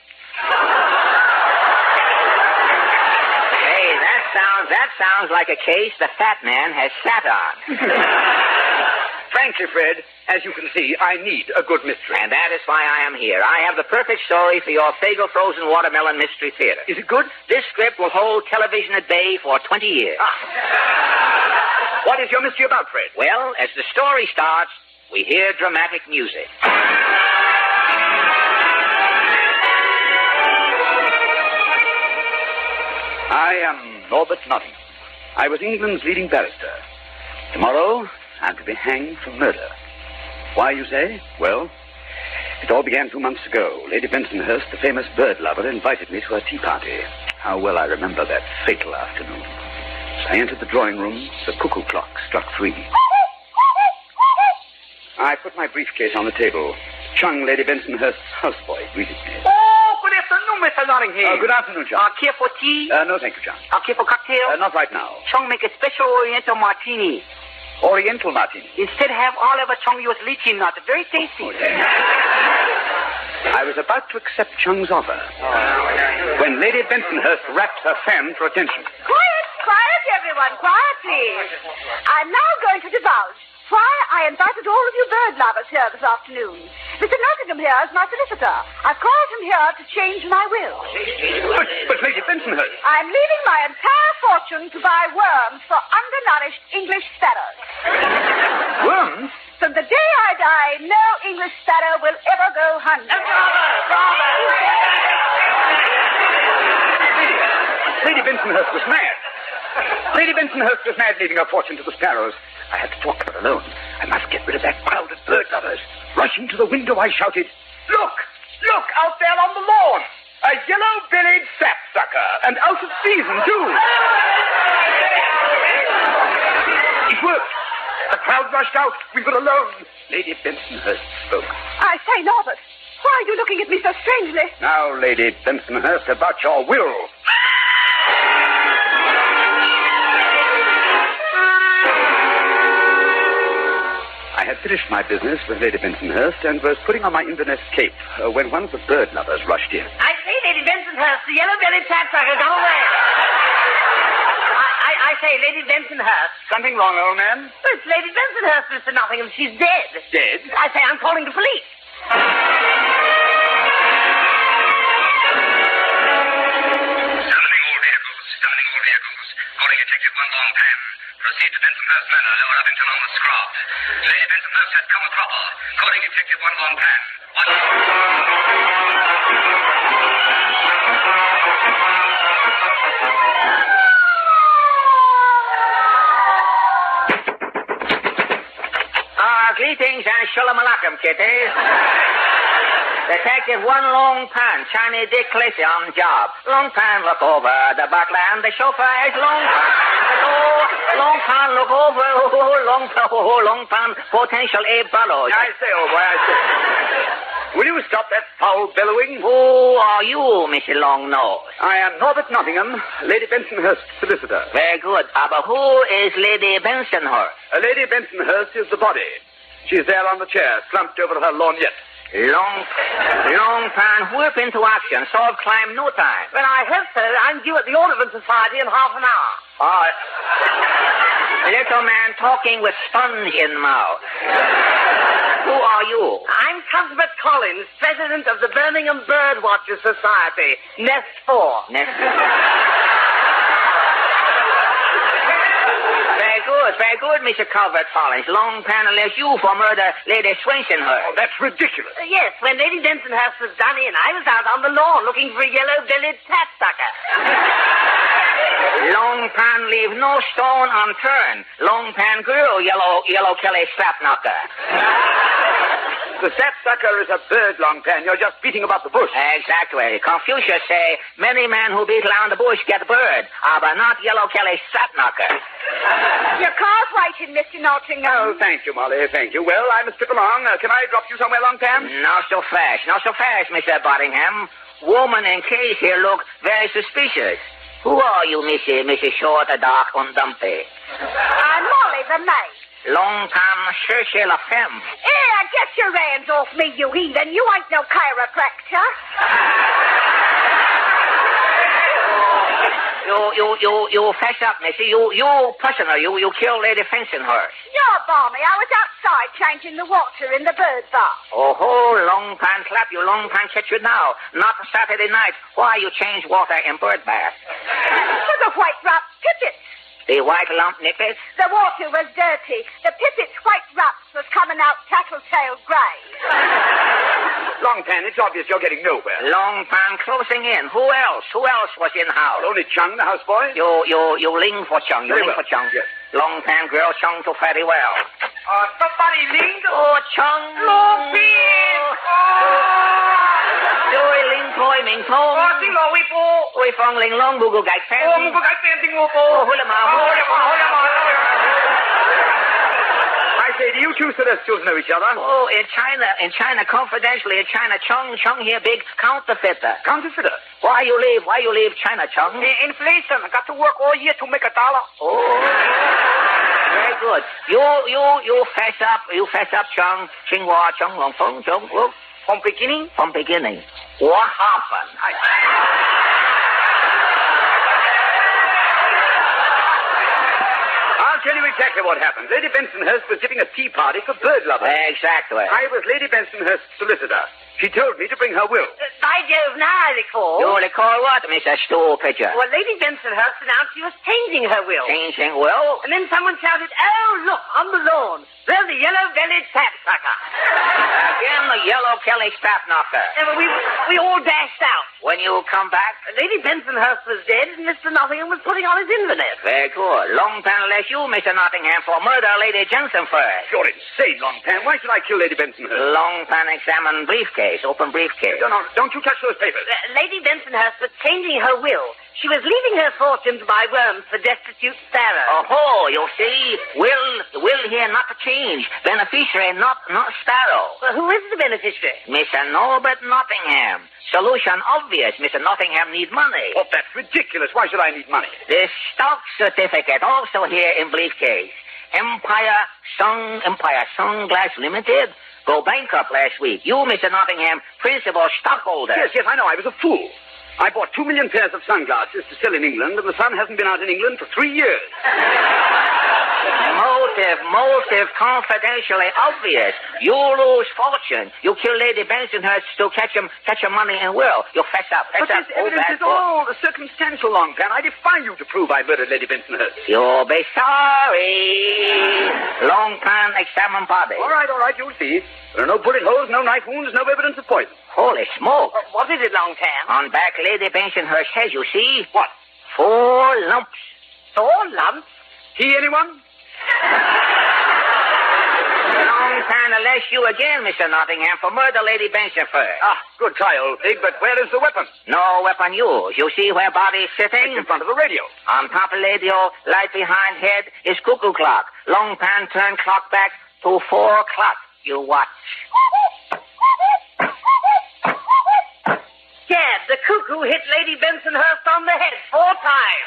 Speaker 16: Hey, that sounds that sounds like a case the fat man has sat on.
Speaker 19: Frankly, Fred, as you can see, I need a good mystery.
Speaker 16: And that is why I am here. I have the perfect story for your Fagel Frozen Watermelon Mystery Theater.
Speaker 19: Is it good?
Speaker 16: This script will hold television at bay for 20 years.
Speaker 19: Ah. What is your mystery about, Fred?
Speaker 16: Well, as the story starts, we hear dramatic music.
Speaker 19: I am Norbert Nottingham. I was England's leading barrister. Tomorrow, I'm to be hanged for murder. Why, you say? Well, it all began two months ago. Lady Bensonhurst, the famous bird lover, invited me to her tea party. How well I remember that fatal afternoon. As I entered the drawing room, the cuckoo clock struck three. I put my briefcase on the table. Chung, Lady Bensonhurst's houseboy, greeted me.
Speaker 16: Oh, good afternoon, Mr. Nottingham.
Speaker 19: Oh, good afternoon, John.
Speaker 16: care for tea?
Speaker 19: Uh, no, thank you, John.
Speaker 16: I'll care for cocktail?
Speaker 19: Uh, not right now.
Speaker 16: Chong make a special Oriental martini.
Speaker 19: Oriental martini. Oh,
Speaker 16: Instead, have Oliver Chong use lychee nut. Very tasty.
Speaker 19: I was about to accept Chung's offer when Lady Bensonhurst wrapped her fan for attention.
Speaker 15: Quiet, quiet, everyone, quiet, please. I'm now going to divulge why I invited all of you bird lovers here this afternoon. Mr. Nottingham here is my solicitor. I've called him here to change my will.
Speaker 19: But, but Lady Bensonhurst.
Speaker 15: I'm leaving my entire fortune to buy worms for undernourished English sparrows.
Speaker 19: Worms?
Speaker 15: From the day I die, no English sparrow will ever go hungry.
Speaker 19: Lady Bensonhurst was mad. Lady Bensonhurst was mad leaving her fortune to the sparrows. I had to talk to her alone. I must get rid of that crowd of bird lovers. Rushing to the window, I shouted, Look! Look! Out there on the lawn! A yellow-bellied sapsucker! And out of season, too! It worked! The crowd rushed out. We were alone. Lady Bensonhurst spoke.
Speaker 15: I say, Norbert, why are you looking at me so strangely?
Speaker 19: Now, Lady Bensonhurst, about your will. I had finished my business with Lady Bensonhurst and was putting on my Inverness cape uh, when one of the bird lovers rushed in.
Speaker 18: I say, Lady Bensonhurst, the yellow-bellied sapsucker, go away. I, I, I say, Lady Bensonhurst.
Speaker 19: Something wrong, old man?
Speaker 18: It's Lady Bensonhurst, Mr. Nottingham. She's dead.
Speaker 19: Dead?
Speaker 18: I say, I'm calling the police.
Speaker 16: Ah, greetings and shalom alaikum, kiddies. Detective One Long Pan, Shiny Dick Cliffy on job. Long Pan look over the butler and the chauffeur is Long Pan. Oh, Long Pan look over. Oh, Long Pan, oh, Long Pan potential a bellows.
Speaker 19: I say, old boy, I say. Will you stop that foul bellowing?
Speaker 16: Who are you, Mr. Long Nose?
Speaker 19: I am Norbert Nottingham, Lady Bensonhurst, solicitor.
Speaker 16: Very good. Uh, But who is Lady Bensonhurst?
Speaker 19: Uh, Lady Bensonhurst is the body. She's there on the chair, slumped over her lorgnette.
Speaker 16: Long, long time whip into action. Solve crime no time.
Speaker 18: Well, I hope so. I'm due at the Audubon Society in half an hour.
Speaker 19: I...
Speaker 16: Little man talking with sponge in mouth. Who are you?
Speaker 18: I'm Cuthbert Collins, president of the Birmingham Bird Watchers Society, Nest 4.
Speaker 16: Nest Very good, very good, Mr. Calvert Collins. Long panel as you for murder Lady Swensonhurst.
Speaker 19: Oh, that's ridiculous.
Speaker 18: Uh, Yes, when Lady Bensonhurst was done in, I was out on the lawn looking for a yellow-bellied sapsucker.
Speaker 16: Long pan leave no stone unturned. Long pan girl, yellow, yellow Kelly slap knocker.
Speaker 19: The sapsucker is a bird, long pan. You're just beating about the bush.
Speaker 16: Exactly. Confucius say, many men who beat around the bush get bird, ah, but not yellow Kelly slap knocker.
Speaker 15: Your car's waiting, Mr.
Speaker 19: Oh,
Speaker 15: Nottingham.
Speaker 19: thank you, Molly. Thank you. Well, I must trip along. Uh, can I drop you somewhere, long pan?
Speaker 16: Not so fast, not so fast, Mr. Bottingham. Woman in case here look very suspicious. Who are you, Missy, Missy Short, a dark, and dumpy?
Speaker 15: I'm Molly, the maid.
Speaker 16: Long time Circe La Femme.
Speaker 15: Here, get your hands off me, you heathen. You ain't no chiropractor.
Speaker 16: You, you, you, you fess up, Missy. You, you personal. You, you kill Lady Fensonhurst.
Speaker 15: You're balmy. I was outside changing the water in the bird bath.
Speaker 16: Oh, ho, long time clap you, long time catch you now. Not Saturday night. Why you change water in bird bath?
Speaker 15: For the white ruff pipits.
Speaker 16: The white lump nippers?
Speaker 15: The water was dirty. The pipit's white ruffs was coming out tattletale grey.
Speaker 19: Long pan, it's obvious you're getting nowhere.
Speaker 16: Long time closing in. Who else? Who else was in house?
Speaker 19: Only Chung, the houseboy?
Speaker 16: You, you, you ling for Chung. You
Speaker 19: Very
Speaker 16: ling
Speaker 19: well.
Speaker 16: for Chung. Long time girl Chung to very well.
Speaker 18: Oh, somebody linked.
Speaker 16: Oh, Chung.
Speaker 18: Long beard.
Speaker 16: Do we ling toy ming tong?
Speaker 18: Oh, sing long way po.
Speaker 16: We fong ling long bu gu gai fan.
Speaker 18: Oh, mo ba kahit painting mo po.
Speaker 16: Oh, hula ma, hula.
Speaker 18: Oh, hula ma, hula ma, hula ma.
Speaker 19: I say, do you two celestials know each other?
Speaker 16: Oh, in China, in China, confidentially, in China, Chung, Chung here, big counterfeiter.
Speaker 19: Counterfeiter?
Speaker 16: Why you leave? Why you leave China, Chung?
Speaker 18: The Inflation. I got to work all year to make a dollar.
Speaker 16: Very good. You, you, you fess up, you fess up, Chung, Tsinghua, Chung, Long Feng, Chung, Wu.
Speaker 18: From beginning?
Speaker 16: From beginning. What happened?
Speaker 19: I'll tell you exactly what happened. Lady Bensonhurst was giving a tea party for bird lovers.
Speaker 16: Exactly.
Speaker 19: I was Lady Bensonhurst's solicitor. She told me to bring her will.
Speaker 18: Uh, By Jove, now I recall.
Speaker 16: You want to call what, Mr. Stolpitcher?
Speaker 18: Well, Lady Benson Hurst announced she was changing her will.
Speaker 16: Changing will?
Speaker 18: And then someone shouted, Oh, look, on the lawn. There's the yellow-bellied sapsucker.
Speaker 16: Again, the yellow Kelly sap knocker.
Speaker 18: And we, we all dashed out.
Speaker 16: When you come back?
Speaker 18: Lady Bensonhurst was dead, and Mr. Nottingham was putting on his Inverness.
Speaker 16: Very good. Long panel as you, Mr. Nottingham, for murder Lady Jensen first.
Speaker 19: You're insane, Longpan. Why should I kill Lady Benson?
Speaker 16: Long pan examine briefcase, open briefcase.
Speaker 19: No, no, don't you touch those papers.
Speaker 18: Uh, Lady Bensonhurst was changing her will. She was leaving her fortune to buy worms for destitute sparrows.
Speaker 16: Oh, you see, will, will here not to change. Beneficiary, not, not sparrow.
Speaker 18: Well, who is the beneficiary?
Speaker 16: Mr. Norbert Nottingham. Solution obvious. Mr. Nottingham need money.
Speaker 19: Oh, that's ridiculous. Why should I need money?
Speaker 16: This stock certificate also here in briefcase. Empire Sun Empire Sunglass Limited go bankrupt last week. You, Mr. Nottingham, principal stockholder.
Speaker 19: Yes, yes, I know. I was a fool. I bought two million pairs of sunglasses to sell in England, and the sun hasn't been out in England for three years.
Speaker 16: Motive, motive, confidentially obvious. You lose fortune. You kill Lady Bensonhurst to catch him, catch your money and will. You fess up, fess
Speaker 19: But
Speaker 16: up.
Speaker 19: this evidence
Speaker 16: back
Speaker 19: is all circumstantial, Longpan. I defy you to prove I murdered Lady Bensonhurst.
Speaker 16: You'll be sorry. Long time examine body.
Speaker 19: All right, all right, you'll see. There are no bullet holes, no knife wounds, no evidence of poison.
Speaker 16: Holy smoke.
Speaker 18: What is it, Longpan?
Speaker 16: On back Lady Bensonhurst head, you see?
Speaker 19: What?
Speaker 16: Four lumps.
Speaker 18: Four lumps?
Speaker 19: He, anyone?
Speaker 16: Long time to lash you again, Mr. Nottingham, for murder Lady Bensonhurst.
Speaker 19: Ah, good try, old pig, but where is the weapon?
Speaker 16: No weapon used. You see where body is sitting?
Speaker 19: It's in front of the radio.
Speaker 16: On top of radio, light behind head is cuckoo clock. Long pan turn clock back to four o'clock. You watch.
Speaker 18: Gad, the cuckoo hit Lady Bensonhurst on the head four times.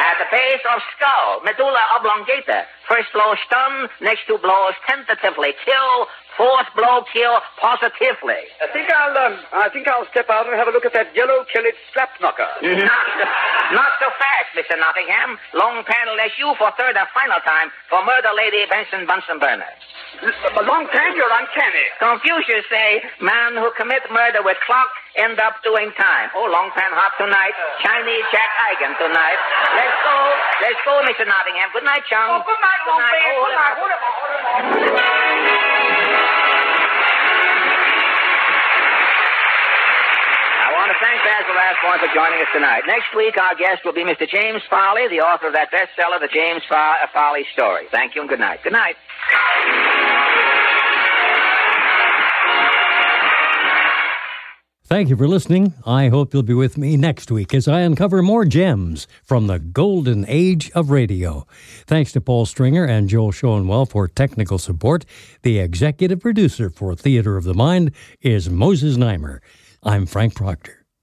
Speaker 16: At the base of skull, medulla oblongata. First blow stun, next two blows tentatively kill, fourth blow kill positively.
Speaker 19: I think I'll, um, I think I'll step out and have a look at that yellow killit slap knocker.
Speaker 16: Not, not so fast, Mr. Nottingham. Long panel as you for third and final time for murder Lady Benson Bunsen Burner.
Speaker 19: A long time, you're uncanny.
Speaker 16: Confucius say, man who commit murder with clock end up doing time. Oh, long pan hop tonight.
Speaker 19: Uh.
Speaker 16: Chinese Jack Eigen tonight. Let's go. Let's go, Mr. Nottingham. Good night, Chung.
Speaker 18: Oh, good night, Long Pan.
Speaker 16: Oh,
Speaker 18: Good night.
Speaker 16: hold it. I want to thank Basil Rathbone for joining us tonight. Next week, our guest will be Mr. James Farley, the author of that bestseller, The James Far- uh, Farley Story. Thank you and good night. Good night.
Speaker 2: Thank you for listening. I hope you'll be with me next week as I uncover more gems from the golden age of radio. Thanks to Paul Stringer and Joel Schoenwell for technical support. The executive producer for Theater of the Mind is Moses Neimer. I'm Frank Proctor.